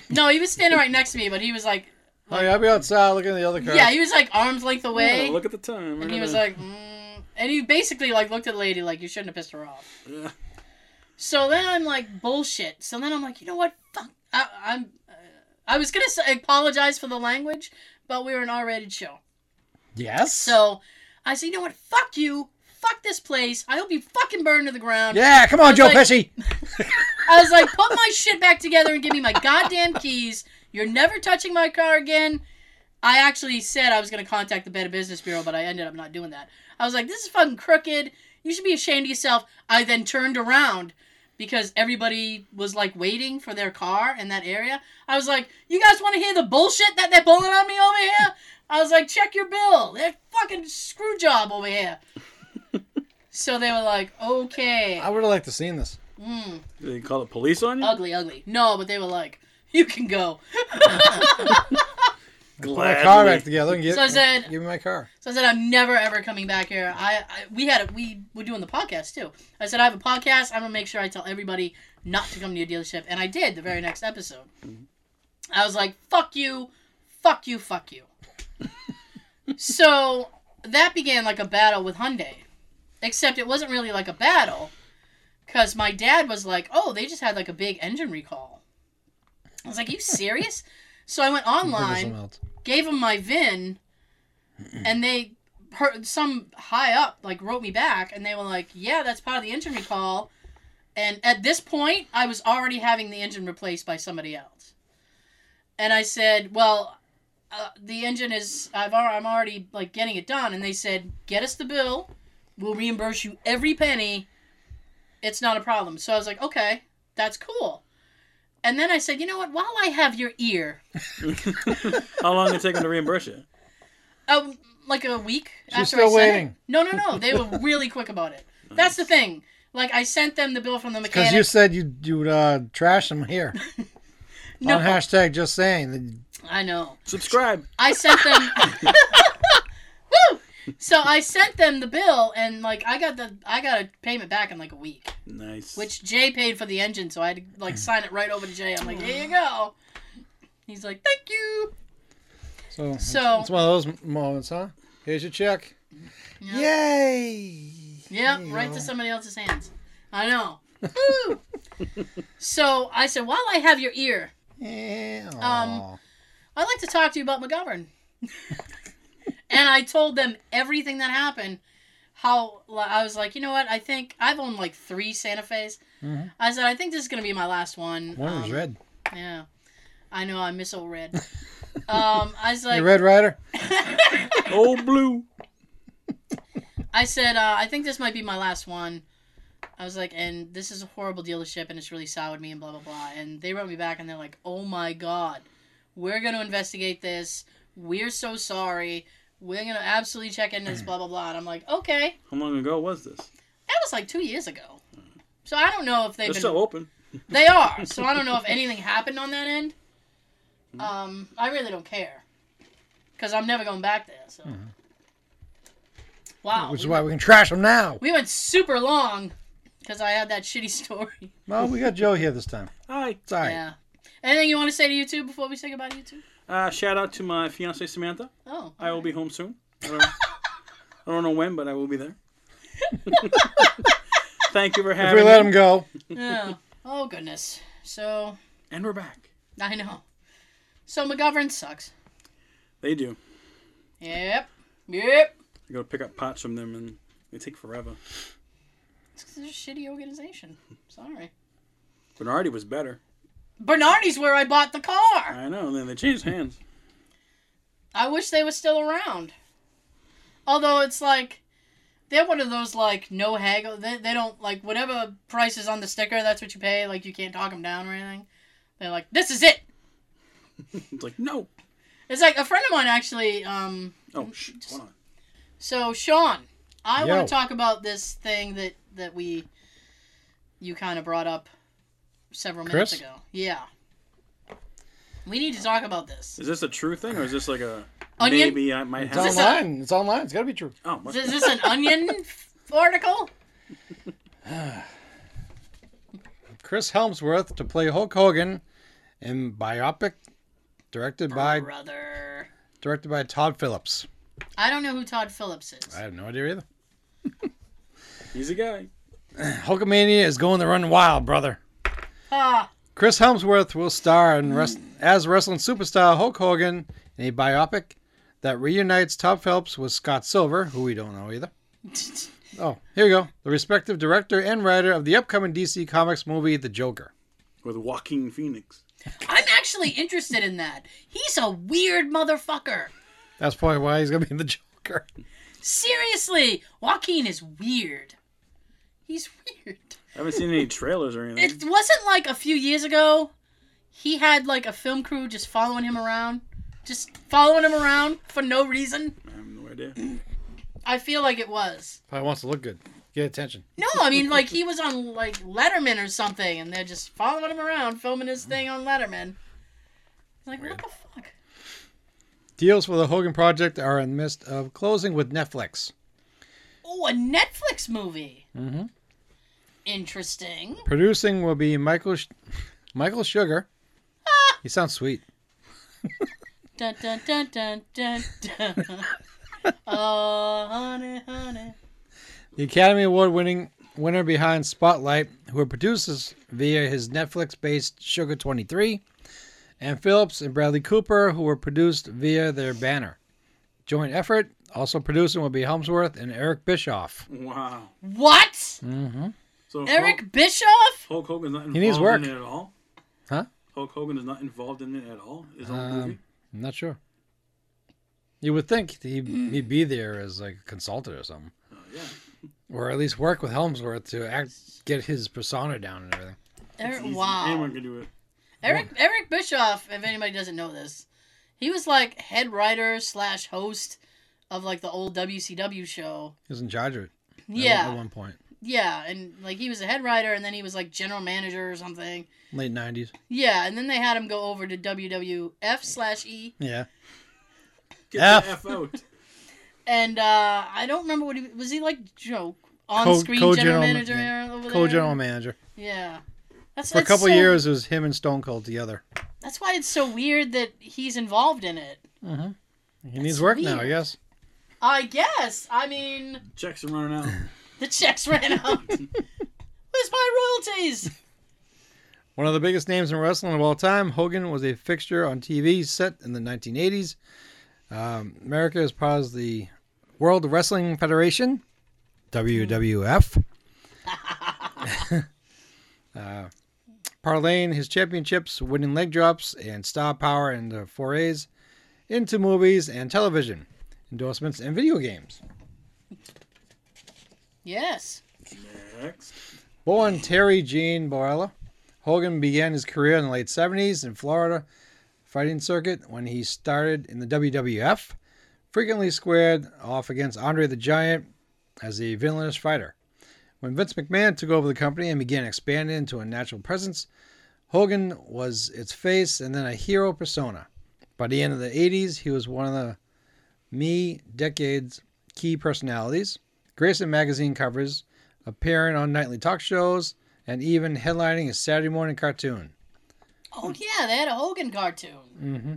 S2: no he was standing right next to me but he was like
S4: Oh, yeah, I'll be outside looking at the other car.
S2: yeah he was like arms length away
S3: "Oh, look at the time.
S2: and he was like mm. and he basically like looked at the lady like you shouldn't have pissed her off
S3: Yeah.
S2: so then i'm like bullshit so then i'm like you know what fuck I, i'm uh, i was gonna say, apologize for the language but we were an r-rated show
S5: Yes.
S2: So I said, you know what? Fuck you. Fuck this place. I hope you fucking burn to the ground.
S5: yeah, come on, Joe
S2: um, like-
S5: Pesci.
S2: I was like, put my shit back together and give me my goddamn keys. You're never touching my car again. I actually said I was going to contact the Better Business Bureau, but I ended up not doing that. I was like, this is fucking crooked. You should be ashamed of yourself. I then turned around because everybody was like waiting for their car in that area. I was like, you guys want to hear the bullshit that they're pulling on me over here? I was like, check your bill. They're fucking screw job over here. so they were like, okay.
S4: I would have liked to seen this.
S2: Mm
S3: Did they call the police on you?
S2: ugly, ugly. No, but they were like, you can go.
S4: Put my car
S3: Gladly.
S4: back together and get,
S2: So I said-
S4: give me my car.
S2: So I said, I'm never ever coming back here. I, I we had a, we were doing the podcast too. I said I have a podcast. I'm gonna make sure I tell everybody not to come to your dealership, and I did the very next episode. I was like, fuck you, fuck you, fuck you. so that began like a battle with Hyundai, except it wasn't really like a battle, because my dad was like, oh, they just had like a big engine recall. I was like, you serious? so I went
S4: Think of
S2: online
S4: something else.
S2: gave them my VIN, and they her, some high up like wrote me back, and they were like, "Yeah, that's part of the engine recall." And at this point, I was already having the engine replaced by somebody else, and I said, "Well, uh, the engine is I've al- I'm already like getting it done," and they said, "Get us the bill, we'll reimburse you every penny. It's not a problem." So I was like, "Okay, that's cool." And then I said, "You know what? While I have your ear."
S3: How long did it take them to reimburse you?
S2: Um, like a week.
S4: She's still
S2: said it.
S4: waiting.
S2: No, no, no. They were really quick about it. That's the thing. Like I sent them the bill from the
S4: Because you
S2: mechanic.
S4: said you you would uh, trash them here
S2: No,
S4: on hashtag just saying.
S2: I know.
S3: Subscribe.
S2: I sent them. Woo! so I sent them the bill, and like I got the I got a payment back in like a week,
S3: Nice.
S2: which Jay paid for the engine, so I had to like sign it right over to Jay. I'm like, here you go. He's like, thank you.
S4: So,
S2: So-
S4: it's one of those moments, huh? Here's your check.
S2: Yeah.
S4: Yay!
S2: Yep, right to somebody else's hands. I know. Woo! so I said, while I have your ear,
S4: Yeah.
S2: Um, I'd like to talk to you about McGovern. and I told them everything that happened. How li- I was like, you know what? I think I've owned like three Santa Fe's.
S5: Mhm.
S2: I said, I think this is gonna be my last one.
S5: One was
S2: Um,
S5: red.
S2: Yeah, I know. I miss old red. um, I was like,
S4: you Red Rider?
S3: Old Oh, blue.
S2: I said, uh, I think this might be my last one. I was like, and this is a horrible dealership, and it's really soured me, and blah blah blah. And they wrote me back, and they're like, oh my god, we're gonna investigate this. We're so sorry. We're gonna absolutely check into this, blah blah blah. And I'm like, okay,
S3: How long ago was this?
S2: that was like two years ago. So I don't know if they've
S3: They're
S2: been.
S3: still open.
S2: They are. So I don't know if anything happened on that end. Um, I really don't care, cause I'm never going back there. So. Wow.
S4: Which is
S2: oh, we
S4: why we can trash them now.
S2: We went super long because I had that shitty story.
S4: Well, we got Joe here this time.
S3: Hi.
S4: It's all right.
S2: Yeah. Anything you want to say to you two before we say goodbye to you two?
S3: Uh, shout out to my fiance Samantha.
S2: Oh.
S3: I will be home soon. I don't, I don't know when, but I will be there. Thank you for
S4: If
S3: having
S4: we let
S3: me.
S4: him go,
S2: Yeah. Oh goodness. So
S3: And we're back.
S2: I know. So McGovern sucks.
S3: They do.
S2: Yep. Yep.
S3: I go pick up pots from them, and they take forever.
S2: It's 'cause they're a shitty organization. Sorry.
S3: Bernardi was better.
S2: Bernardi's where I bought the car.
S3: I know. And then they changed hands.
S2: I wish they were still around. Although it's like they're one of those like no haggle. They, they don't like whatever price is on the sticker. That's what you pay. Like you can't talk them down or anything. They're like, this is it.
S3: It's like no.
S2: It's like a friend of mine actually. Um,
S3: Oh, sh- hold on.
S2: so Sean, I
S4: Yo.
S2: want to talk about this thing that that we you kind of brought up several minutes
S5: Chris?
S2: ago. Yeah, we need to talk about this.
S3: Is this a true thing, or is this like a
S2: Onion?
S3: maybe I might
S4: it's
S3: have?
S2: this a-
S4: online. It's online. It's got to be true.
S3: oh, what?
S2: Is this an onion f- article?
S4: Chris Helmsworth to play Hulk Hogan in biopic directed by
S2: Brother,
S4: directed by Todd Phillips.
S2: I don't know who Todd Phillips is.
S4: I have no idea either.
S3: he's a guy.
S4: Hulkamania is going to run wild, brother.
S2: Ah,
S4: Chris Helmsworth will star in wrest- as wrestling superstar Hulk Hogan in a biopic that reunites Todd Phelps with Scott Silver, who we don't know either. Oh, here we go. The respective director and writer of the upcoming DC Comics movie, The Joker.
S3: with Joaquin Phoenix.
S2: I'm actually interested in that. He's a weird motherfucker.
S4: That's probably why he's going to be in The Joker.
S2: Seriously, Joaquin is weird. He's weird.
S3: I haven't seen any trailers or anything.
S2: It wasn't like a few years ago. He had like a film crew just following him around, just following him around for no reason.
S3: I have no idea.
S2: I feel like it was.
S4: Probably wants to look good, get attention.
S2: No, I mean like he was on like Letterman or something, and they're just following him around, filming his thing on Letterman. Like what the fuck?
S4: Deals for the Hogan Project are in the midst of closing with Netflix.
S2: Oh, a Netflix movie.
S3: Mm-hmm.
S4: Mhm.
S2: Interesting.
S4: Producing will be Michael Sh- Michael Sugar. He sounds sweet.
S2: Dun dun dun dun dun dun. oh, honey, honey.
S4: The Academy Award winning winner behind Spotlight, who produces via his Netflix based Sugar 23, and Phillips and Bradley Cooper, who were produced via their banner. Joint effort, also producing will be Helmsworth and Eric Bischoff.
S3: Wow.
S2: What?
S4: Mm-hmm.
S3: So Hulk,
S2: Eric Bischoff?
S3: Hulk Hogan's not involved
S4: needs work.
S3: in it at all.
S4: Huh?
S3: Hulk Hogan is not involved in it at all. His own
S4: Um,
S3: movie.
S4: I'm not sure. You would think he'd, he'd be there as like a consultant or something,
S3: Oh, yeah.
S4: or at least work with Helmsworth to act, get his persona down and everything.
S2: Eric,
S3: It's easy.
S2: wow.
S3: Anyone can do it.
S2: Eric Eric Bischoff, if anybody doesn't know this, he was like head writer slash host of like the old WCW show.
S4: He was in charge of it at one- at
S2: Yeah,
S4: one point,
S2: yeah, and like he was a head writer, and then he was like general manager or something.
S4: late 90s.
S2: Yeah, and then they had him go over to WWF slash E,
S4: Yeah.
S3: Get
S4: F.
S3: the F out.
S2: and uh, I don't remember what he was. He like joke on screen
S4: co-
S2: general,
S4: general-
S2: manager
S4: yeah.
S2: over there.
S4: Co-general manager.
S2: Yeah, that's
S4: For a
S2: that's
S4: couple
S2: so-
S4: years, it was him and Stone Cold together.
S2: That's why it's so weird that he's involved in it.
S4: He needs work now, I
S2: weird.
S4: guess.
S2: I guess. I mean,
S3: Checks are running out.
S2: the checks ran out. Where's my royalties?
S4: One of the biggest names in wrestling of all time, Hogan was a fixture on TV set in the 1980s. Um, America is part of the World Wrestling Federation, WWF. uh, parlaying his championships, winning leg drops, and star power and uh, forays into movies and television, endorsements, and video games.
S2: Yes.
S3: Next.
S4: Born Terry Jean Borella, Hogan began his career in the late 70s in Florida fighting circuit when he started in the WWF, frequently squared off against Andre the Giant as a villainous fighter. When Vince McMahon took over the company and began expanding into a natural presence, Hogan was its face and then a hero persona. By the end of the 80s, he was one of the me decade's key personalities. Grayson magazine covers appearing on nightly talk shows, and even headlining a Saturday morning cartoon.
S2: Oh yeah, they had a Hogan cartoon.
S4: Mm-hmm.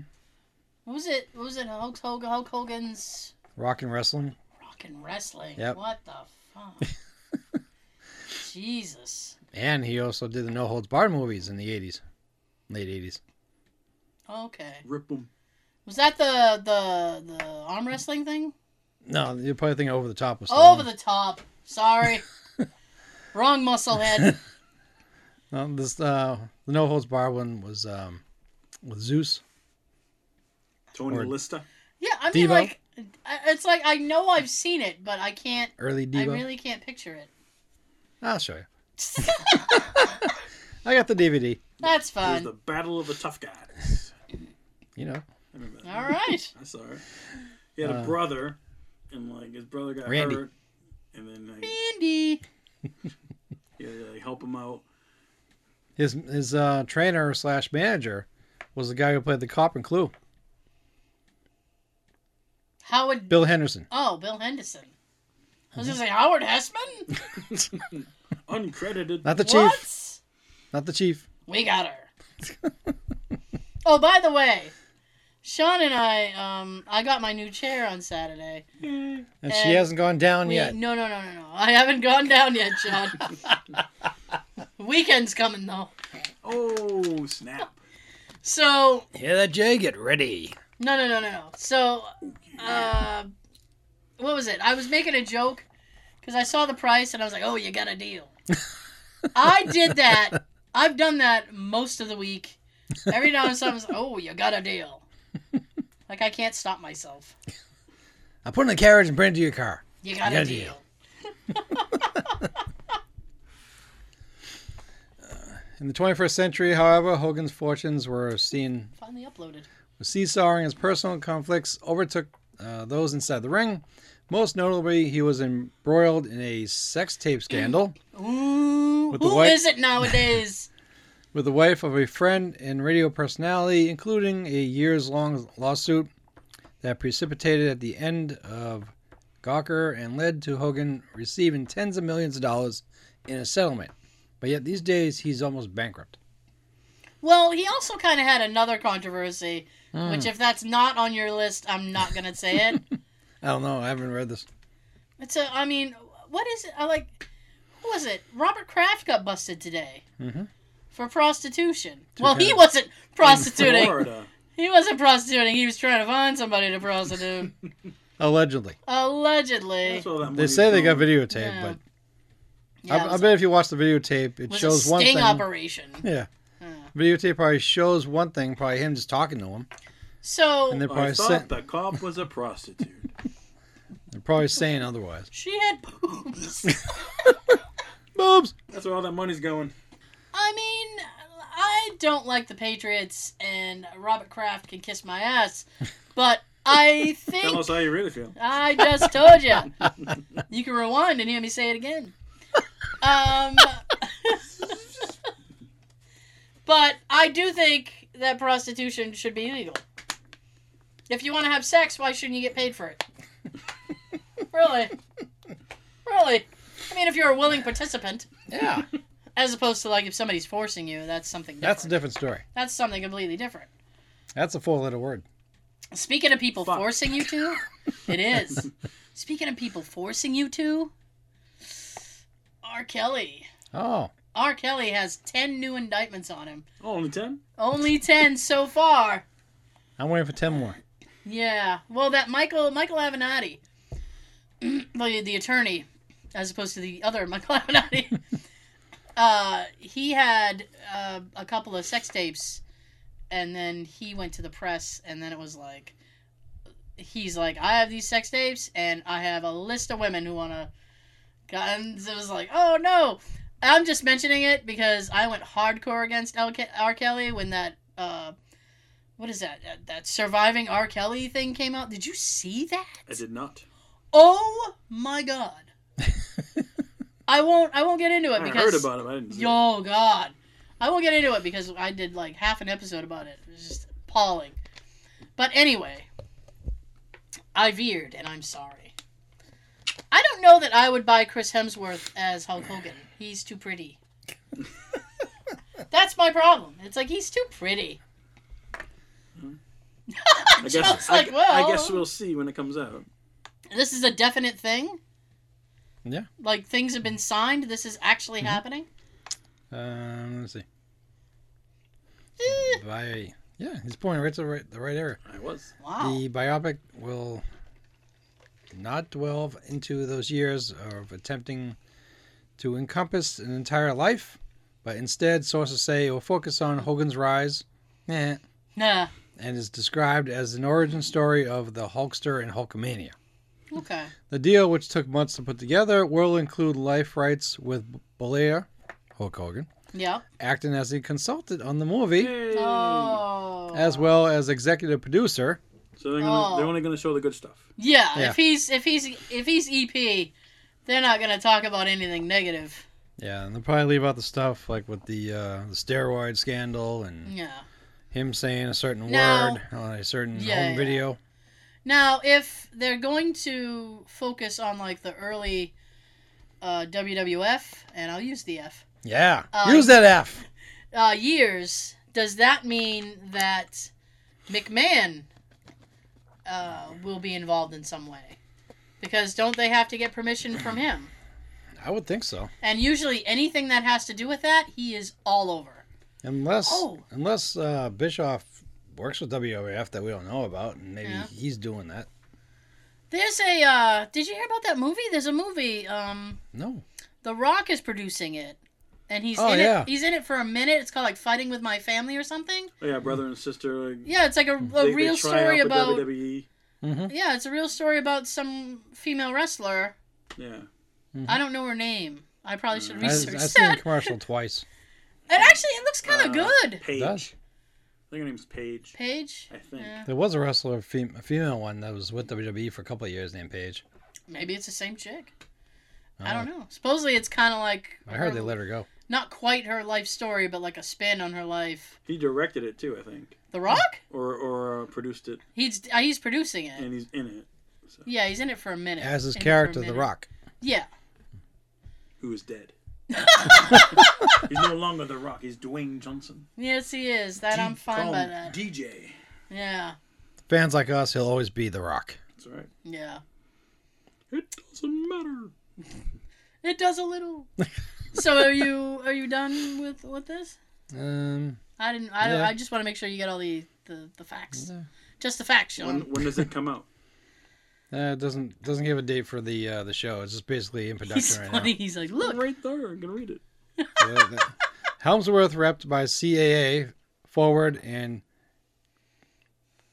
S2: What was it? What was it? Hulk Hogan, Hulk Hogan's
S4: Rock and wrestling.
S2: Rockin' Wrestling.
S4: Yep.
S2: What the fuck? Jesus.
S4: And he also did the No Holds Barred movies in the 80s, late 80s.
S2: Okay.
S3: Rip them.
S2: Was that the the the arm wrestling thing?
S4: No, you're probably thinking Over the Top was
S2: Over
S4: Stallone.
S2: the top. Sorry. Wrong muscle head.
S4: No, this, uh, the No Holds Barred one was um, with Zeus.
S3: Tony
S4: Or-
S3: Lista.
S2: Yeah, I mean
S4: Devo?
S2: like I- it's like I know I've seen it, but I can't
S4: Early Devo.
S2: I really can't picture it.
S4: I'll show you. I got the DVD.
S2: That's
S3: It was
S2: fine.
S3: the Battle of the Tough Guys.
S4: You know,
S3: I remember that.
S2: All right.
S3: I saw her. He had a
S4: Uh,
S3: brother, and like his brother got
S4: Randy.
S3: hurt, and then like,
S2: Andy.
S3: he had to like, help him out.
S4: his his uh, trainer slash manager was the guy who played the cop in Clue,
S2: Howard
S4: Bill Henderson.
S2: Oh, Bill Henderson. I was gonna say Howard Hessman?
S3: Uncredited.
S4: Not the chief.
S2: What?
S4: Not the chief.
S2: We got her. oh, by the way, Sean and I, um, I got my new chair on Saturday.
S4: And she
S2: And
S4: hasn't gone down
S2: We,
S4: yet.
S2: No, no, no, no, no. I haven't gone down yet, Sean. Weekend's coming though.
S3: Oh snap!
S2: So
S4: Hear that, Jay? Get ready.
S2: no, no, no, no, no. So, uh, what was it? I was making a joke because I saw the price and I was like, "Oh, you got a deal." I did that. I've done that most of the week. Every now and then, I was like, "Oh, you got a deal." Like I can't stop myself.
S4: I put in the carriage and bring it to your car.
S2: You got,
S4: You
S2: a
S4: got a
S2: deal.
S4: deal. In the 21st century, however, Hogan's fortunes were seen
S2: Finally uploaded.
S4: seesawing as personal conflicts overtook uh, those inside the ring. Most notably, he was embroiled in a sex tape scandal
S2: Ooh,
S4: With the
S2: who
S4: white-
S2: is it nowadays?
S4: with the wife of a friend and radio personality, including a years long lawsuit that precipitated at the end of Gawker and led to Hogan receiving tens of millions of dollars in a settlement. But yet these days he's almost bankrupt.
S2: well, he also kind of had another controversy,
S4: Hmm.
S2: which if that's not on your list, I'm not gonna say it.
S4: I don't know, I haven't read this.
S2: It's a. I mean, what is it? I like. Who was it? Robert Kraft got busted today
S4: Mhm.
S2: for prostitution. well, he
S4: times.
S2: wasn't
S3: In
S2: prostituting.
S3: Florida.
S2: He wasn't prostituting. He was trying to find somebody to prostitute.
S4: Allegedly.
S2: Allegedly.
S3: That's all that
S4: They
S3: money's
S4: say they got
S3: from.
S4: videotape,
S2: Yeah.
S4: but
S2: Yeah, it
S4: I, I
S2: was,
S4: bet if you watch the videotape,
S2: it
S4: it
S2: was
S4: shows
S2: a
S4: one
S2: sting
S4: thing.
S2: operation.
S4: Yeah.
S2: Yeah.
S4: Videotape probably shows one thing, probably him just talking to him,
S2: So
S4: and they're
S3: Oh, I
S4: probably,
S3: thought
S4: sa-
S3: the cop was a prostitute.
S4: they're probably saying otherwise.
S2: she had boobs.
S4: Boobs!
S3: That's where all that money's going.
S2: I mean, I don't like the Patriots, and Robert Kraft can kiss my ass, but I think
S3: Tell us how you really feel.
S2: I just told you. You can rewind and hear me say it again. Um, but I do think that prostitution should be legal. If you want to have sex, why shouldn't you get paid for it? really, really. I mean, if you're a willing participant,
S4: Yeah,
S2: as opposed to like if somebody's forcing you, that's something. Different.
S4: that's a different story.
S2: That's something completely different.
S4: That's a four-letter word.
S2: Speaking of people
S3: Fuck.
S2: forcing you to, it is. Speaking of people forcing you to, R. Kelly.
S4: Oh,
S2: R. Kelly has 10 new indictments on him.
S3: Oh, only ten.
S2: Only 10 so far.
S4: I'm waiting for ten more.
S2: Yeah. Well, that Michael Michael Avenatti, the, the attorney, as opposed to the other Michael Avenatti, uh, he had uh, a couple of sex tapes, and then he went to the press, and then it was like, he's like, I have these sex tapes, and I have a list of women who wanna, and it was like, oh no. I'm just mentioning it because I went hardcore against L- Ke- R. Kelly when that uh, what is that? that? That surviving R. Kelly thing came out. Did you see that?
S3: I did not.
S2: Oh my god! I won't. I won't get into it
S3: I
S2: because
S3: heard about him. I didn't. See it.
S2: Oh god, I won't get into it because I did like half an episode about it. It was just appalling. But anyway, I veered, and I'm sorry. I don't know that I would buy Chris Hemsworth as Hulk Hogan. He's too pretty. That's my problem. It's like he's too pretty.
S3: I
S2: Joe's
S3: guess. I,
S2: like, well,
S3: I guess we'll see when it comes out.
S2: this is a definite thing.
S4: Yeah. Mm-hmm.
S2: Like things have been signed. This is actually happening.
S4: Um, let's see.
S2: Eh,
S4: Bi- yeah, he's pointing right to the right, the right area.
S3: I was.
S2: wow.
S4: The biopic will not delve into those years of attempting to encompass an entire life, but instead, sources say it will focus on Hogan's rise eh,
S2: Nah.
S4: and is described as an origin story of the Hulkster and Hulkamania.
S2: Okay.
S4: The deal, which took months to put together, will include life rights with Belair, Hulk Hogan,
S2: Yeah.
S4: acting as the consultant on the movie,
S3: Yay.
S2: Oh.
S4: as well as executive producer.
S3: So they're, gonna,
S2: Oh.
S3: they're only going to show the good stuff.
S2: Yeah,
S4: Yeah.
S2: If he's if he's if he's EP, they're not gonna talk about anything negative.
S4: Yeah, and they'll probably leave out the stuff like with the uh, the steroid scandal and
S2: Yeah.
S4: him saying a certain
S2: Mm. No.
S4: word on a certain
S2: Yeah,
S4: home
S2: yeah.
S4: video.
S2: Now, if they're going to focus on like the early uh, WWF, and I'll use the F
S4: Yeah,
S2: Uh,
S4: use that F.
S2: uh, years, does that mean that McMahon uh, will be involved in some way? Because don't they have to get permission from him?
S4: I would think so,
S2: And usually, anything that has to do with that, he is all over.
S4: unless
S2: Oh.
S4: unless uh, Bischoff works with WWF that we don't know about, and maybe
S2: Yeah.
S4: he's doing that.
S2: There's a. Uh, did you hear about that movie? There's a movie. Um,
S4: No,
S2: The Rock is producing it, and he's
S4: Oh,
S2: in
S4: yeah.
S2: it. He's in it for a minute. It's called like Fighting with My Family or something.
S3: Oh yeah, brother and sister. Like,
S2: Yeah, it's like a, a
S3: they- they
S2: real
S3: try
S2: story
S3: out
S2: about.
S3: the WWE. E.
S2: Yeah, it's a real story about some female wrestler.
S3: Yeah.
S2: I don't know her name. I probably should
S3: Mm.
S4: I, I've
S2: research
S4: seen the
S2: that.
S4: commercial twice.
S2: And actually, it looks kind of
S3: Uh,
S2: good.
S4: It
S3: Paige.
S4: does.
S3: I think her name's Paige.
S2: Paige.
S3: I think.
S2: Yeah.
S4: There was a wrestler, fem- a female one that was with WWE for a couple of years named Paige.
S2: Maybe it's the same chick. I don't know. Supposedly, it's kind of like.
S4: Uh, I heard
S2: her-
S4: they let her go.
S2: Not quite her life story, but like a spin on her life.
S3: He directed it too, I think,
S2: The Rock.
S3: or or uh, produced it,
S2: He's uh, he's producing it.
S3: and he's in it.
S2: Yeah, he's in it for a minute.
S4: As his
S2: In it for a
S4: character, The
S2: minute.
S4: Rock.
S2: Yeah.
S3: Who is dead? he's no longer The Rock. He's Dwayne Johnson.
S2: Yes, he is. That i I'm fine
S3: Call
S2: by
S3: him
S2: that.
S3: DJ.
S2: Yeah,
S4: Fans like us, he'll always be The Rock.
S3: That's right.
S2: yeah.
S3: It doesn't matter.
S2: It does a little. so are you are you done with with this?
S4: Um,
S2: I didn't. I,
S4: Yeah.
S2: I just want to make sure you get all the the, the facts.
S4: Yeah.
S2: Just the facts, Sean.
S3: When when does it come out?
S4: Uh, it doesn't doesn't give a date for the uh, the show. It's just basically in
S2: He's
S4: production right
S2: funny. He's like, look.
S3: Right there. I'm gonna read it.
S4: now. The- the- Helmsworth repped by CAA forward and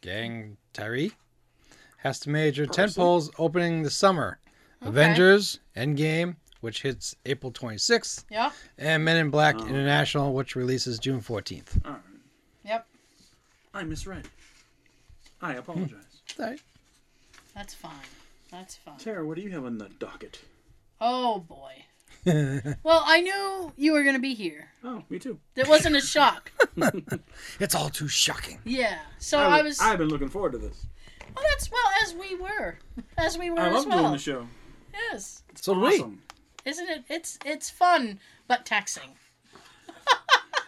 S4: Gang Tyree has to major ten polls opening the summer. Avengers Endgame, which hits April 26th,
S2: Yeah.
S4: and Men in Black International, which releases June 14th.
S3: All right.
S2: Yep.
S3: I misread. I apologize.
S4: Hmm.
S2: That's fine. That's fine.
S3: Tara, what do you have on the docket?
S2: Oh boy. Well, I knew you were gonna be here.
S3: Oh, me too.
S2: That wasn't a shock.
S4: It's all too shocking.
S2: Yeah. So
S3: I,
S2: I
S3: have
S2: was.
S3: I've been looking forward to this.
S2: well, that's well as we were, as we were
S3: I
S2: as
S3: love
S2: well.
S3: doing the show.
S2: Yes.
S4: So do we.
S3: Awesome.
S2: Isn't it? It's it's fun, but taxing.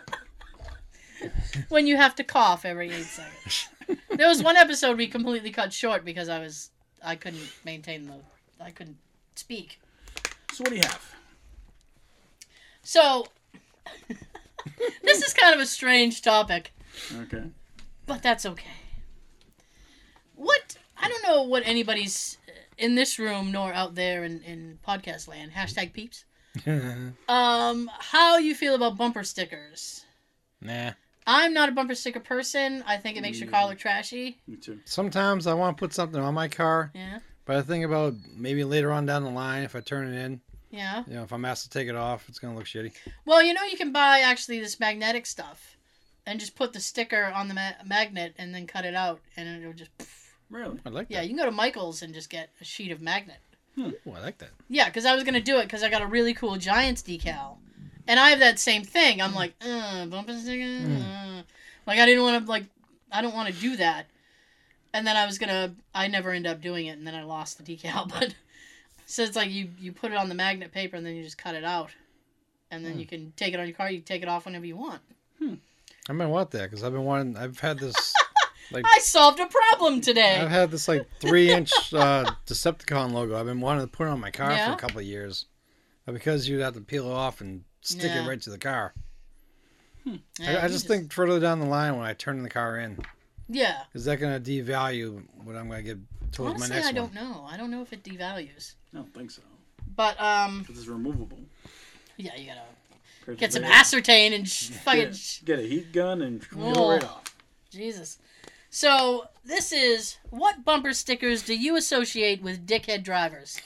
S2: when you have to cough every eight seconds. there was one episode we completely cut short because I was I couldn't maintain the I couldn't speak.
S3: So what do you have?
S2: So this is kind of a strange topic,
S3: Okay.
S2: but that's okay. What I don't know what anybody's in this room nor out there in, in podcast land hashtag peeps. um, how you feel about bumper stickers?
S4: Nah.
S2: I'm not a bumper sticker person. I think it makes your car look trashy.
S3: Me too.
S4: Sometimes I want to put something on my car,
S2: Yeah,
S4: but I think about maybe later on down the line if I turn it in.
S2: yeah.
S4: You know, if I'm asked to take it off, it's gonna look shitty.
S2: Well, you know you can buy actually this magnetic stuff, and just put the sticker on the ma- magnet and then cut it out, and it'll just.
S3: Really?
S4: I like
S2: Yeah,
S4: that.
S2: you can go to Michael's and just get a sheet of magnet.
S4: Ooh, I like that.
S2: Yeah, because I was gonna do it because I got a really cool Giants decal, and I have that same thing. I'm like, uh, bumping sticker,
S4: Hmm.
S2: uh. like I didn't want to like, I don't want to do that. And then I was gonna, I never end up doing it, and then I lost the decal. But so it's like you you put it on the magnet paper, and then you just cut it out, and
S4: Hmm.
S2: then you can take it on your car. You can take it off whenever you want.
S4: I might want that because I've been wanting. I've had this.
S2: I solved a problem today.
S4: I've had this like three inch uh, Decepticon logo. I've been wanting to put it on my car for
S2: Yeah?
S4: a couple of years, but because you'd have to peel it off and stick
S2: Yeah.
S4: it right to the car.
S2: Yeah,
S4: I, I
S2: you
S4: just think further down the line when I turn the car in,
S2: Yeah.
S4: is that going to devalue what I'm going to get towards my
S2: Honestly,
S4: next
S2: I don't
S4: one?
S2: know. I don't know if it devalues,
S3: I don't think so.
S2: but um,
S3: Because it's removable.
S2: yeah, you gotta
S3: Purchase
S2: Get some
S3: it.
S2: ascertain and sh-
S3: Yeah.
S2: fucking sh-
S3: Get a heat gun and
S2: Oh.
S3: peel it right off.
S2: Jesus. So this is what bumper stickers do you associate with dickhead drivers?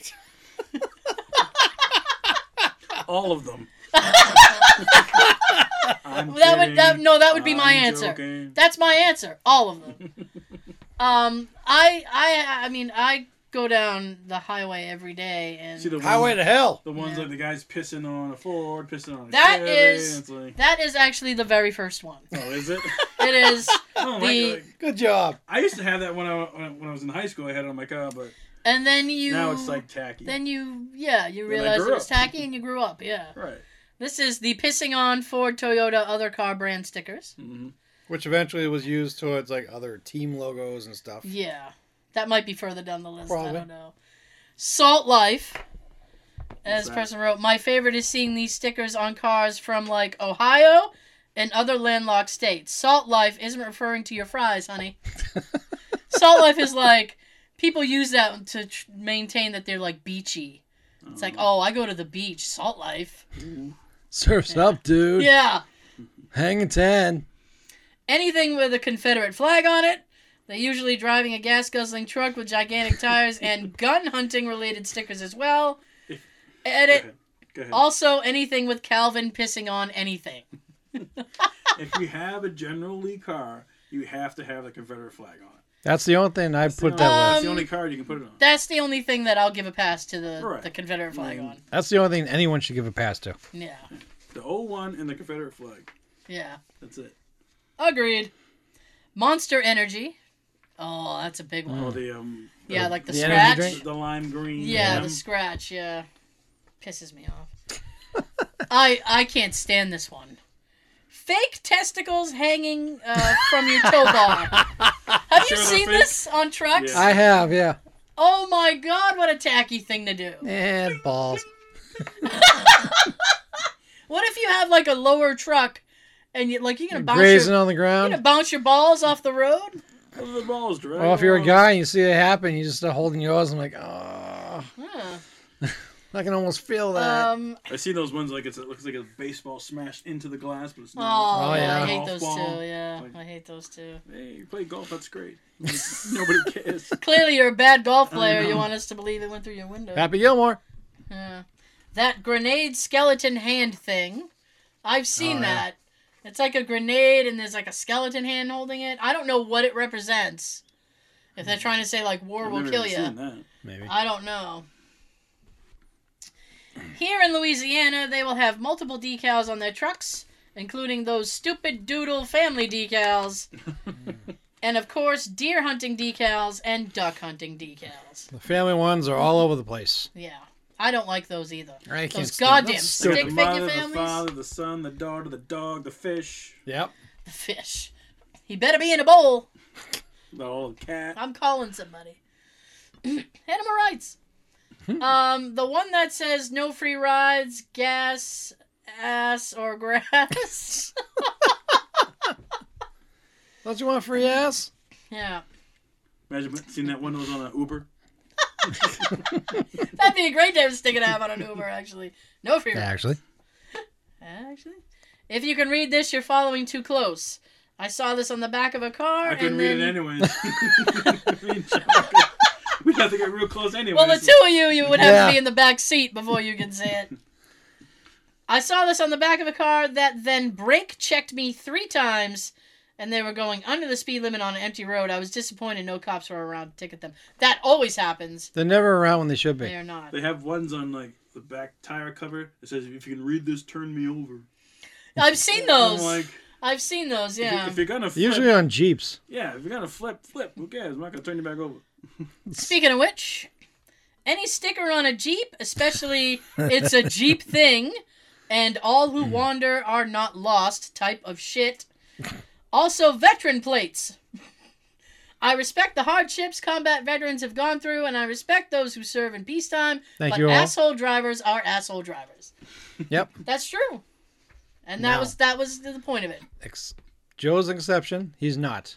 S2: Oh.
S3: All of them. I'm
S2: That would that,
S3: kidding.
S2: no, that would be my
S3: I'm
S2: answer.
S3: joking.
S2: That's my answer. All of them. um, I I I mean I go down the highway every day and
S3: See the ones,
S4: Highway to hell.
S3: the ones
S2: Yeah.
S3: like the guys pissing on a Ford, pissing on a
S2: That
S3: Chevy,
S2: is-
S3: It's like,
S2: that is actually the very first one.
S3: oh, is it?
S2: It is,
S3: Oh my
S2: The-
S3: god!
S4: Good job.
S3: I used to have that when I when I was in high school. I had it on my car, but
S2: and then you
S3: now it's like tacky.
S2: then you yeah you
S3: Then I
S2: realize it
S3: grew
S2: was
S3: up.
S2: tacky and you grew up yeah.
S3: right.
S2: This is the pissing on Ford, Toyota, other car brand stickers.
S3: hmm
S4: Which eventually was used towards like other team logos and stuff.
S2: Yeah. That might be further down the list. I
S4: Probably.
S2: don't know. Salt Life. As
S3: that?
S2: person wrote, my favorite is seeing these stickers on cars from like Ohio and other landlocked states. Salt Life isn't referring to your fries, honey. Salt Life is like people use that to tr- maintain that they're like beachy. It's
S3: Mm.
S2: like, oh, I go to the beach. Salt Life.
S4: Surf's up, dude.
S2: Yeah.
S4: Hanging ten.
S2: anything with a Confederate flag on it. They're usually driving a gas guzzling truck with gigantic tires and gun hunting related stickers as well. Edit
S3: Go ahead.
S2: also anything with Calvin pissing on anything.
S3: if you have a General Lee car, you have to have the Confederate flag on it.
S4: That's the only thing I put
S3: It's the only-
S4: that
S2: Um,
S4: with.
S3: it's the only car you can put it on.
S2: That's the only thing that I'll give a pass to the,
S3: Right. Mm.
S2: the Confederate flag on.
S4: That's the only thing anyone should give a pass to.
S2: Yeah.
S3: The old one and the Confederate flag.
S2: Yeah.
S3: That's it.
S2: Agreed. Monster Energy. Oh, that's a big one.
S3: Or the um.
S2: yeah, like the,
S4: the energy
S2: scratch.
S4: drink?
S3: The lime green.
S2: Yeah,
S3: lime.
S2: the scratch. Yeah, pisses me off. I I can't stand this one. Fake testicles hanging uh, from your tow bar. Have you
S3: Sure, they're
S2: seen
S3: fake.
S2: this on trucks?
S3: Yeah.
S4: I have, yeah.
S2: Oh my god, what a tacky thing to do.
S4: And balls.
S2: What if you have like a lower truck, and you like you're gonna bounce
S4: Grazing
S2: your,
S4: on the
S2: you're
S4: ground.
S2: gonna bounce your balls off the road?
S3: The balls direct.
S4: Well, Oh, if you're a
S3: on.
S4: guy and you see it happen, you just start holding yours. I'm like, oh,
S2: Huh.
S4: I can almost feel that.
S2: Um.
S3: I see those ones like it's, it looks like a baseball smashed into the glass, but it's not.
S2: Oh,
S4: Oh,
S2: yeah, I
S4: yeah.
S2: hate those
S3: Golf ball.
S2: two. Yeah,
S3: Like-
S2: I hate those two.
S3: Hey, you play golf. That's great. Nobody cares.
S2: Clearly, you're a bad golf player. You
S3: know.
S2: want us to believe it went through your window.
S4: Happy Gilmore.
S2: Yeah. That grenade skeleton hand thing. I've seen
S4: Oh, yeah.
S2: that. It's like a grenade and there's like a skeleton hand holding it. I don't know what it represents. If they're trying to say like war
S3: I've
S2: will
S3: never
S2: kill
S3: even
S2: you.
S3: seen that.
S4: Maybe.
S2: I don't know. Here in Louisiana, they will have multiple decals on their trucks, including those stupid doodle family decals. and of course, deer hunting decals and duck hunting decals.
S4: The family ones are all over the place.
S2: Yeah. I don't like those either.
S4: I can't
S2: Those
S4: stand
S2: goddamn
S4: those
S3: Got
S2: stick
S3: the
S2: figure
S3: mother, the
S2: families.
S3: father, the son, the daughter, the dog, the fish,
S4: Yep.
S2: The fish. He better be in a bowl.
S3: the old cat.
S2: I'm calling somebody. Animal rights.
S4: Hmm.
S2: um, the one that says no free rides, gas, ass, or grass.
S4: Don't you want free ass?
S2: yeah.
S3: Imagine seeing that one that was on an Uber.
S2: That'd be a great day to stick it out on an Uber, actually. No free rides.
S4: Actually.
S2: Actually. If you can read this, you're following too close. I saw this on the back of a car.
S3: I
S2: and
S3: couldn't read
S2: then...
S3: it anyways. Me and Chuck, We'd have to get real close anyway.
S2: Well, the two of you, you would have to
S4: Yeah.
S2: be in the back seat before you can see it. I saw this on the back of a car that then brake checked me three times, and they were going under the speed limit on an empty road. I was disappointed no cops were around to ticket them. That always happens.
S4: They're never around when they should be.
S2: They are not.
S3: They have ones on like the back tire cover. It says, "If you can read this, turn me over."
S2: I've seen
S3: I'm
S2: those.
S3: like,
S2: I've seen those.
S3: if you-
S2: Yeah.
S3: if you're gonna flip,
S4: Usually on Jeeps.
S3: yeah, if you're gonna flip, flip. Who cares? I'm not gonna turn you back over.
S2: Speaking of which, any sticker on a Jeep, especially it's a Jeep thing, and all who wander are not lost type of shit. Also, veteran plates. I respect the hardships combat veterans have gone through, and I respect those who serve in peacetime,
S4: Thank
S2: but
S4: you all.
S2: asshole drivers are asshole drivers.
S4: Yep.
S2: That's true. And that
S4: No.
S2: was that was the point of it.
S4: Ex- Joe's an exception. He's not.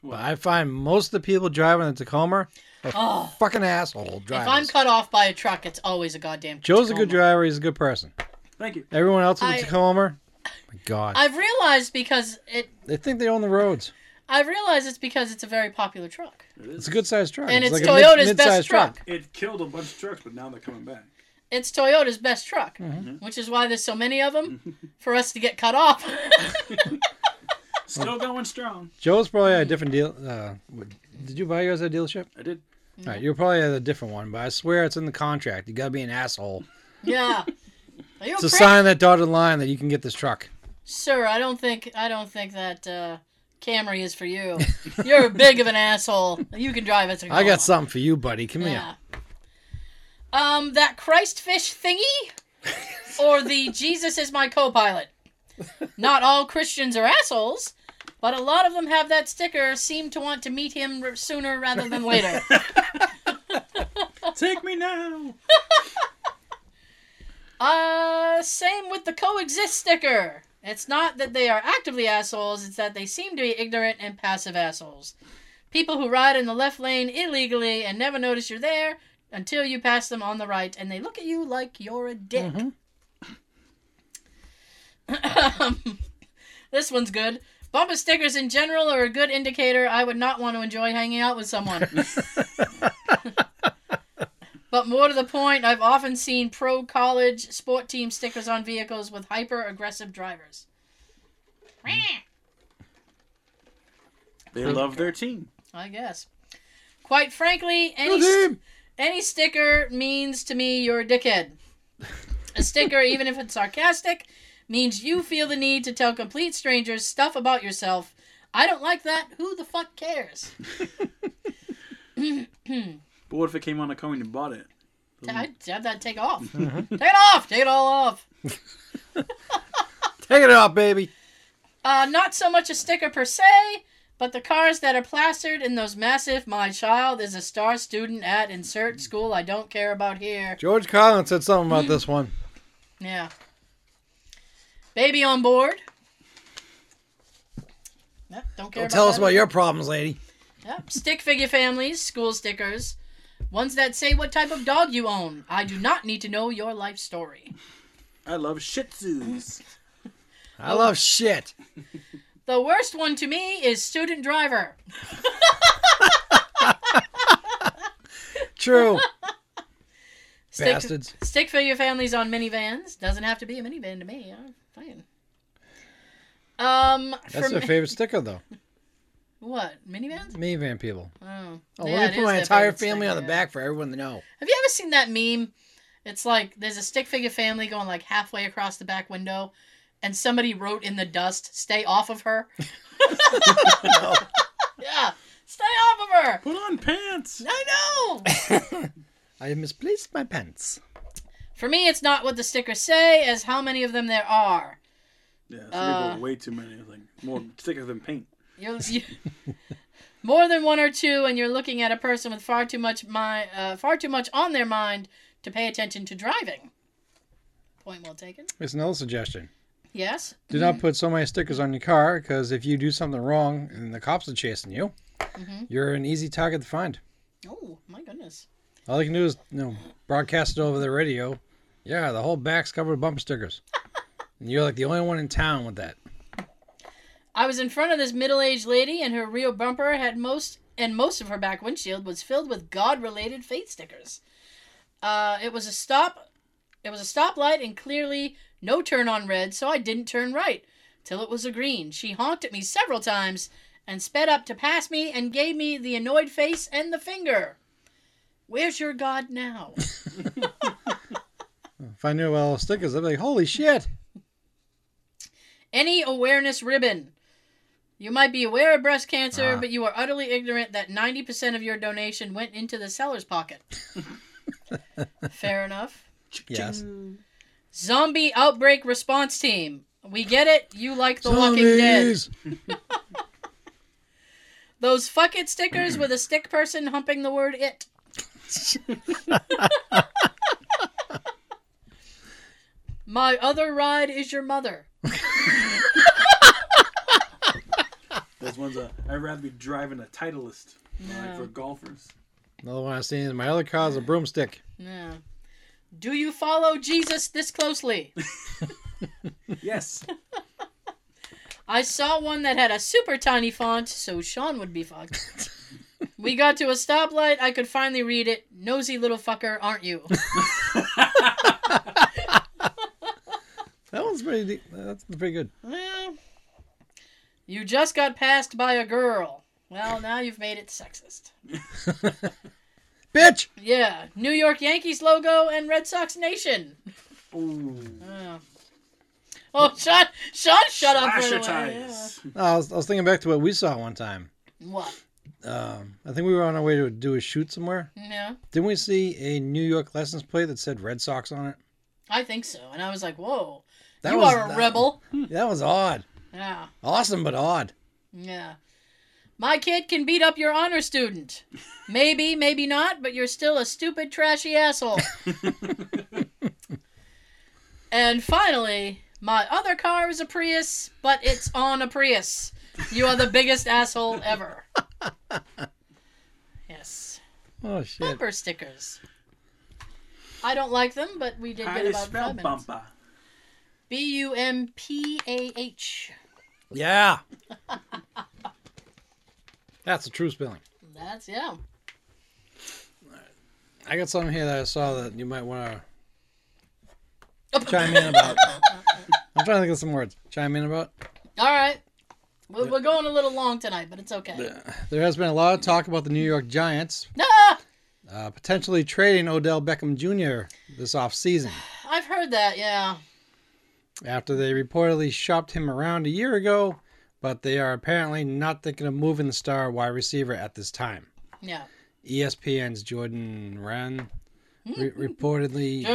S3: What?
S4: But I find most of the people driving a Tacoma
S2: Oh,
S4: fucking asshole
S2: if I'm
S4: drivers.
S2: cut off by a truck, it's always a goddamn.
S4: Joe's a good
S2: Tacoma.
S4: driver. He's a good person.
S3: Thank you.
S4: Everyone else in the
S2: I-
S4: Tacoma, my God,
S2: I've realized because it
S4: they think they own the roads.
S2: I realize it's because it's a very popular truck.
S3: It is.
S4: It's a good sized truck.
S2: and it's,
S4: like a mid-
S2: Toyota's best
S4: mid-sized
S2: truck.
S3: It killed a bunch of trucks, but now they're coming back.
S2: It's Toyota's best truck,
S4: Mm-hmm.
S2: which is why there's so many of them for us to get cut off.
S3: Still going strong.
S4: Joe's probably at a different deal. Uh, what- did you buy yours at a dealership?
S3: I did.
S2: Mm-hmm.
S4: All right, you're probably at a different one, but I swear it's in the contract. You gotta be an
S2: Oh,
S4: asshole.
S2: yeah. Are you a
S4: It's a
S2: prick?
S4: sign that dotted line that you can get this truck.
S2: Sir, I don't think I don't think that uh, Camry is for you. You're big of an asshole. You can drive it.
S4: I got something for you, buddy. Come
S2: Oh. Yeah. Um, that Christfish thingy, or the Jesus is my co-pilot. Not all Christians are assholes, but a lot of them have that sticker. Seem to want to meet him r- sooner rather than later.
S3: Take me now.
S2: Uh, same with the coexist sticker. It's not that they are actively assholes, it's that they seem to be ignorant and passive assholes. People who ride in the left lane illegally and never notice you're there until you pass them on the right and they look at you like you're a dick. this one's good. Bumper stickers in general are a good indicator I would not want to enjoy hanging out with someone. But more to the point, I've often seen pro college sport team stickers on vehicles with hyper aggressive drivers.
S3: They love their team.
S2: I guess. Quite frankly, any
S4: here.
S2: st- any sticker means to me you're a dickhead. A sticker, even if it's sarcastic, means you feel the need to tell complete strangers stuff about yourself. I don't like that. Who the fuck cares?
S3: But what if it came on a coin and bought it?
S2: I'd have that take off. Take it off. Take it all off.
S4: Take it off, baby.
S2: Uh, not so much a sticker per se, but the cars that are plastered in those massive "My child is a star student at insert school I don't care about here."
S4: George Collins said something
S2: Mm.
S4: about this one.
S2: Yeah. Baby on board. Yep, don't care.
S4: Don't tell us
S2: that.
S4: about your problems, lady.
S2: Yep. Stick figure families, school stickers, ones that say what type of dog you own. I do not need to know your life story.
S3: I love Shih Tzus.
S4: I love shit.
S2: The worst one to me is student driver.
S4: True.
S2: Stick-
S4: Bastards.
S2: Stick figure families on minivans. Doesn't have to be a minivan to me. I'm fine. Um,
S4: That's
S2: for
S4: their
S2: mi-
S4: favorite sticker, though.
S2: what minivans?
S4: Minivan people.
S2: Oh,
S4: Oh,
S2: Yeah,
S4: let
S2: it
S4: me
S2: is
S4: put my
S2: their
S4: entire
S2: favorite
S4: family on the
S2: sticker.
S4: back for everyone to know.
S2: Have you ever seen that meme? It's like there's a stick figure family going like halfway across the back window, and somebody wrote in the dust, "Stay off of her." Yeah, stay off of her.
S3: Put on pants.
S2: I know.
S4: I misplaced my pants.
S2: For me, it's not what the stickers say, as how many of them there are.
S3: Yeah, some
S2: Uh.
S3: people way too many. Like more thicker than paint.
S2: You're, you, more than one or two, and you're looking at a person with far too much mind, uh, far too much on their mind to pay attention to driving. Point well taken.
S4: It's another suggestion.
S2: Yes.
S4: Do not put so many stickers on your car because if you do something wrong and the cops are chasing you,
S2: Mm-hmm.
S4: you're an easy target to find.
S2: Oh my goodness.
S4: All they can do is you know, broadcast it over the radio. Yeah, the whole back's covered with bumper stickers. and you're like the only one in town with that.
S2: I was in front of this middle-aged lady, and her rear bumper had most and most of her back windshield was filled with God-related faith stickers. Uh, it was a stop. It was a stoplight, and clearly no turn on red, so I didn't turn right till it was a green. She honked at me several times and sped up to pass me and gave me the annoyed face and the finger. Where's your God now?
S4: If I knew about all the stickers, I'd be like, holy shit.
S2: Any awareness ribbon. You might be aware of breast cancer,
S4: Ah.
S2: but you are utterly ignorant that 90% of your donation went into the seller's pocket. Fair enough.
S4: Yes.
S2: Zombie outbreak response team. We get it. You like The Walking Dead.
S4: Zombies!
S2: Those fuck it stickers with a stick person humping the word it. My other ride is your mother.
S3: This one's a. I'd rather be driving a Titleist like for
S2: No.
S3: golfers.
S4: Another one I've seen in my other car is a broomstick.
S2: No. Do you follow Jesus this closely?
S3: Yes.
S2: I saw one that had a super tiny font, so Sean would be fucked. we got to a stoplight. I could finally read it. Nosy little fucker, aren't you?
S4: That one's pretty. de- That's pretty good.
S2: well, you just got passed by a girl. Well, now you've made it sexist.
S4: Bitch.
S2: Yeah, New York Yankees logo and Red Sox Nation.
S3: Ooh.
S2: Oh, oh Sean, Sean, shut up.
S3: Flash
S2: Right
S3: your
S2: away.
S3: tires.
S4: No, I was, I was thinking back to what we saw one time.
S2: Yeah. What?
S4: Um, I think we were on our way to do a shoot somewhere.
S2: No,
S4: Didn't we see a New York license plate that said Red Sox on it?
S2: I think so. And I was like, whoa,
S4: That
S2: you
S4: was-
S2: are a
S4: that-
S2: rebel.
S4: That was odd.
S2: Yeah.
S4: Awesome, but odd.
S2: Yeah. My kid can beat up your honor student. Maybe, maybe not, but you're still a stupid, trashy asshole. and finally, my other car is a Prius, but it's on a Prius. You are the biggest asshole ever. Yes.
S4: Oh shit.
S2: Bumper stickers. I don't like them, but we did
S3: How
S2: get
S3: you
S2: about
S3: spell
S2: five minutes.
S3: bumper?
S2: B U M P A H.
S4: Yeah. That's the true spelling.
S2: That's, yeah.
S4: I got something here that I saw that you might want to chime in about. I'm trying to think of some words. Chime in about.
S2: All right. We're, we're going a little long tonight, but it's okay.
S4: There has been a lot of talk about the New York Giants
S2: Ah,
S4: uh, potentially trading Odell Beckham Jr. this offseason
S2: I've heard that, yeah.
S4: after they reportedly shopped him around a year ago, but they are apparently not thinking of moving the star wide receiver at this time. E
S2: Yeah.
S4: ESPN's Jordan Wren re- reportedly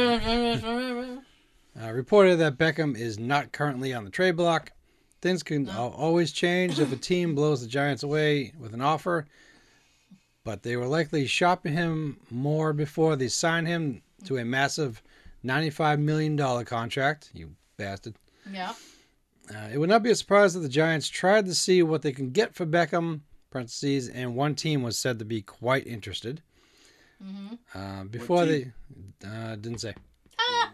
S4: uh, reported that Beckham is not currently on the trade block. Things can al- always change if a team blows the Giants away with an offer, but they were likely shopping him more before they signed him to a massive $95 million contract. You bastard.
S2: yeah.
S4: Uh, it would not be a surprise if the Giants tried to see what they can get for Beckham, parentheses, and one team was said to be quite interested.
S2: Mm-hmm.
S4: Uh, before they
S3: team?
S4: uh, didn't say.
S2: Ah.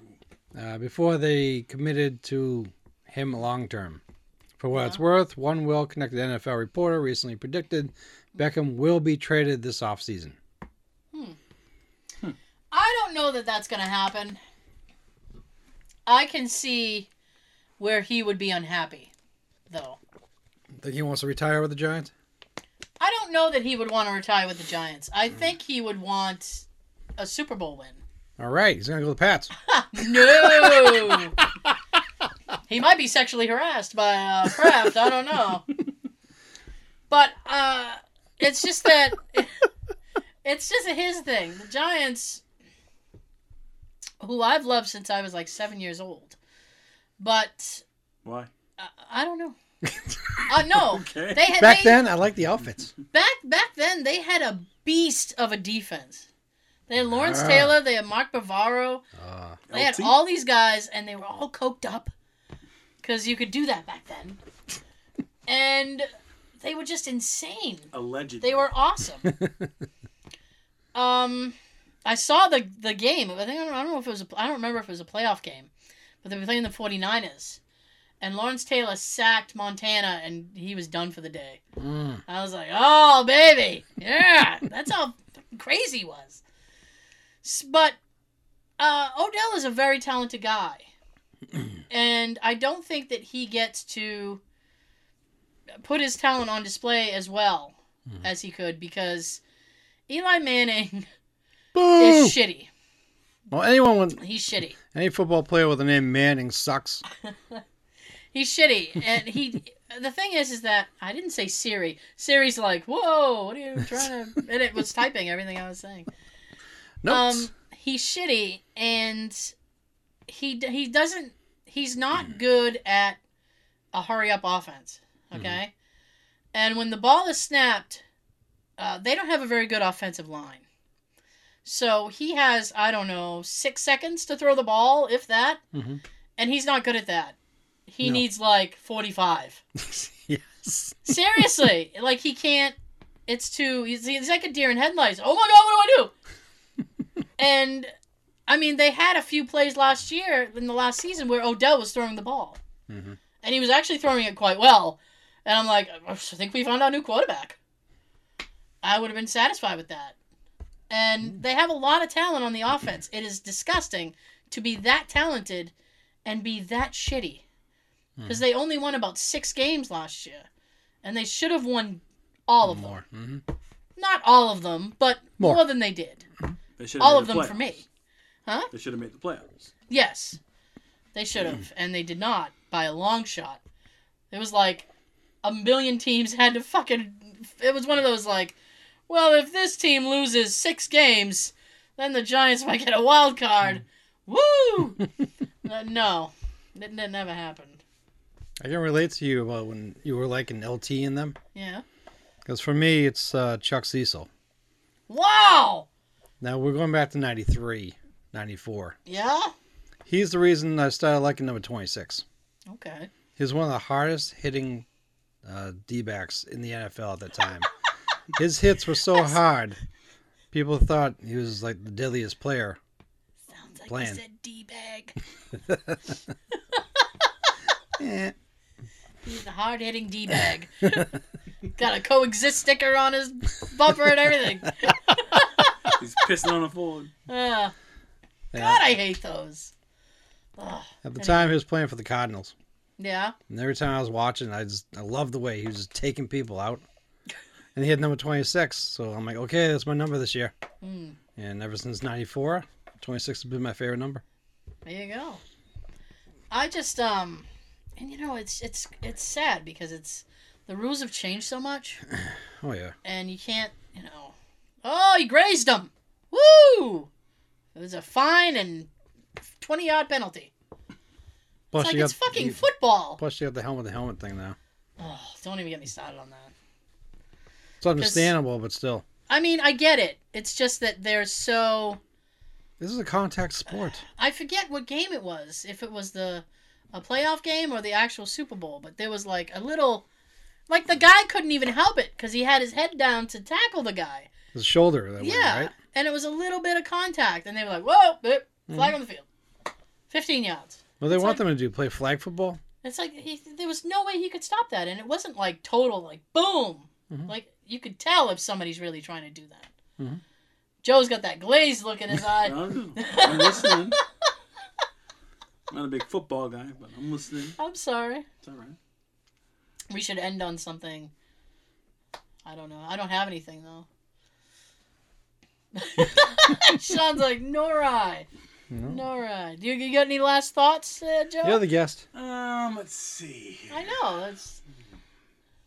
S4: Uh, before they committed to him long term. For what it's worth, one well connected NFL reporter recently predicted Beckham will be traded this offseason.
S2: I don't know that that's going to happen. I can see where he would be unhappy, though.
S4: Think he wants to retire with the Giants?
S2: I don't know that he would want to retire with the Giants. I think he would want a Super Bowl win.
S4: All right, he's gonna go to the Pats.
S2: No. he might be sexually harassed by uh, Kraft. I don't know. But uh, it's just that it's just his thing. The Giants, who I've loved since I was like seven years old, but
S3: Why?
S2: I, I don't know. uh, no,
S3: Okay.
S2: they had
S4: Back
S2: they,
S4: then, I liked the outfits.
S2: back back then they had a beast of a defense. They had Lawrence Taylor, they had Mark Bavaro,
S4: Uh,
S2: they had
S3: LT?
S2: all these guys, and they were all coked up because you could do that back then, and they were just insane.
S3: Allegedly.
S2: They were awesome. um, I saw the the game. I think I don't, I don't know if it was a, I don't remember if it was a playoff game, but they were playing the 49ers. And Lawrence Taylor sacked Montana and he was done for the day.
S4: mm.
S2: I was like, "Oh, baby. Yeah, that's how fucking crazy he was." S- But uh, Odell is a very talented guy. and I don't think that he gets to put his talent on display as well as he could because Eli Manning
S4: Boo!
S2: is shitty.
S4: well, anyone with
S2: He's shitty.
S4: any football player with the name Manning sucks.
S2: He's shitty, and he. the thing is, is that I didn't say Siri. Siri's like, whoa, what are you trying to? And it was typing everything I was saying.
S4: Notes.
S2: Um, he's shitty, and he d- he doesn't. He's
S4: Mm-hmm.
S2: not good at a hurry up offense.
S4: Mm-hmm.
S2: Okay, and when the ball is snapped, uh, they don't have a very good offensive line. So he has I don't know six seconds to throw the ball, if that,
S4: Mhm.
S2: and he's not good at that. He
S4: No.
S2: needs like forty five.
S4: Mm-hmm. yes.
S2: Seriously, like he can't. It's too. He's, he's like a deer in headlights. Oh my god, what do I do? and I mean, they had a few plays last year in the last season where Odell was throwing the ball,
S4: Mhm.
S2: and he was actually throwing it quite well. And I'm like, I think we found our new quarterback. I would have been satisfied with that. And they have a lot of talent on the offense. It is disgusting to be that talented and be that shitty. Because they only won about six games last year and they should have won all of them.
S4: More. hmm
S2: Not all of them, but
S4: More.
S2: more, than they did.
S3: They should've
S2: all
S3: made
S2: of
S3: the
S2: them
S3: playoffs.
S2: for me.
S3: They should have made the playoffs.
S2: Yes, they should have, and they did not by a long shot. It was like a million teams had to fucking. It was one of those like, well, if this team loses six games, then the Giants might get a wild card. Woo! Uh, no, it, it never happened.
S4: Mm-hmm. I can relate to you about when you were like an LT in them.
S2: Yeah.
S4: Because for me, it's uh, Chuck Cecil.
S2: Wow.
S4: Now we're going back to 93, 94.
S2: Yeah.
S4: He's the reason I started liking number 26.
S2: Okay.
S4: He's one of the hardest hitting uh, D backs in the NFL at the time. His hits were so hard, people thought he was like the deadliest player.
S2: Sounds like
S4: Bland.
S2: you said d bag.
S4: Eh.
S2: He's a hard hitting D bag. Got a coexist sticker on his bumper and everything.
S3: He's pissing on a phone.
S2: Ugh, God,
S4: Yeah.
S2: I hate those. Ugh,
S4: At the time, he was playing for the Cardinals.
S2: yeah.
S4: And every time I was watching, I just I loved the way he was just taking people out. And he had number 26, so I'm like, okay, that's my number this year.
S2: Mm,
S4: And ever since 94, 26 has been my favorite number.
S2: there you go. I just um, and you know it's it's it's sad because it's the rules have changed so much
S4: Oh, yeah.
S2: and you can't you know. Oh, he grazed him. Woo! It was a fine and twenty yard penalty. it's
S4: Plus,
S2: like
S4: you
S2: it's
S4: got-
S2: fucking
S4: you-
S2: football.
S4: Plus, you got the helmet, the helmet thing now.
S2: Ugh, don't even get me started on that.
S4: It's understandable, but still.
S2: I mean, I get it. It's just that they're so.
S4: This is a contact sport.
S2: I forget what game it was. If it was the a playoff game or the actual Super Bowl, but there was like a little, like the guy couldn't even help it because he had his head down to tackle the guy.
S4: It's a shoulder. That
S2: yeah,
S4: Way, right?
S2: and it was a little bit of contact, and they were like, "Whoa, boop,
S4: Mm-hmm.
S2: flag on the field, fifteen yards."
S4: Well, they
S2: It's
S4: want
S2: like-
S4: them to do play flag football.
S2: It's like he, there was no way he could stop that, and it wasn't like total like boom.
S4: Mm-hmm.
S2: Like you could tell if somebody's really trying to do that.
S4: Mhm.
S2: Joe's got that glazed look in his
S3: I
S2: eye.
S3: don't know. I'm listening. I'm not a big football guy, but I'm listening.
S2: I'm sorry.
S3: It's all right.
S2: We should end on something. I don't know. I don't have anything though. Sean's like, nor I. Nor I. Do you, you got any last thoughts, uh, Joe?
S4: You're the guest.
S3: Um, let's see.
S2: I know. That's,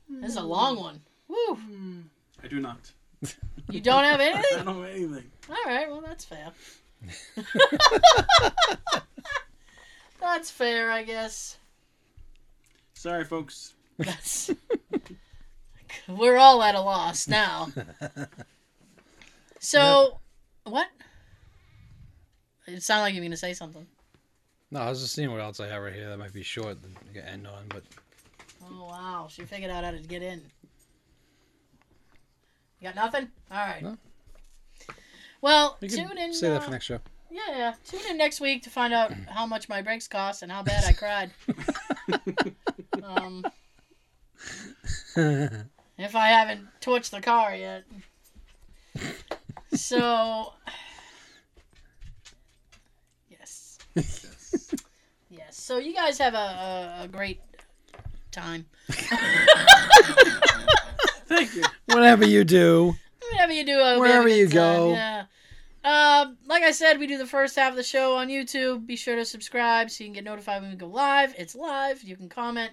S2: that's a long one. Woo.
S3: I do not.
S2: You don't have
S3: I
S2: anything?
S3: don't know anything.
S2: All right. Well, that's fair. that's fair, I guess.
S3: Sorry, folks.
S2: That's. We're all at a loss now. So, what? It sounded like you were going to say something.
S4: No, I was just seeing what else I have right here that might be short that you can end on, but
S2: Oh wow, she figured out how to get in. You got nothing? All right.
S4: No.
S2: Well,
S4: you
S2: tune in.
S4: can say that
S2: uh,
S4: for next show.
S2: Yeah, yeah. Tune in next week to find out how much my brakes cost and how bad I cried. um, if I haven't torched the car yet. So. Yes. Yes. So you guys have a, a, a great time.
S3: Thank you.
S4: Whatever you do.
S2: Whatever you do, over
S4: Wherever
S2: the
S4: you
S2: time,
S4: go.
S2: Yeah. Uh, like I said, we do the first half of the show on YouTube. Be sure to subscribe so you can get notified when we go live. It's live. You can comment.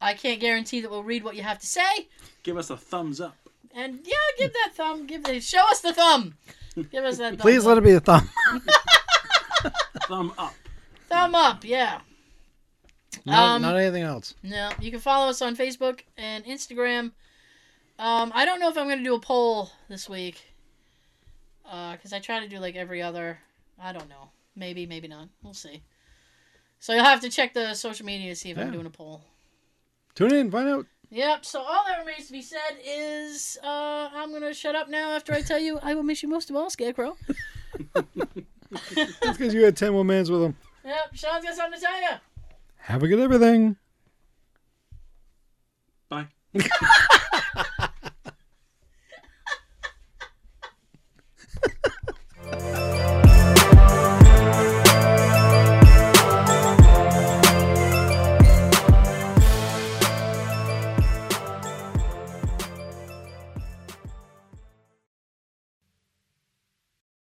S2: I can't guarantee that we'll read what you have to say.
S3: Give us a thumbs up.
S2: And yeah, give that thumb. Give the show us the thumb. Give us that. Thumb
S4: Please
S2: up.
S4: let it be the thumb.
S3: Thumb up.
S2: thumb up. Yeah.
S4: No,
S2: Um,
S4: not anything else.
S2: No, you can follow us on Facebook and Instagram. Um, I don't know if I'm going to do a poll this week because I try to do like every other. I don't know. Maybe, maybe not. We'll see. So you'll have to check the social media to see if I'm
S4: Yeah.
S2: doing a poll.
S4: Tune in, find out.
S2: Yep. So all that remains to be said is uh, I'm going to shut up now after I tell you I will miss you most of all, Scarecrow.
S4: That's because you had 10 more minutes with them.
S2: Yep. Sean's got something to tell you.
S4: Have a good everything.
S3: Bye.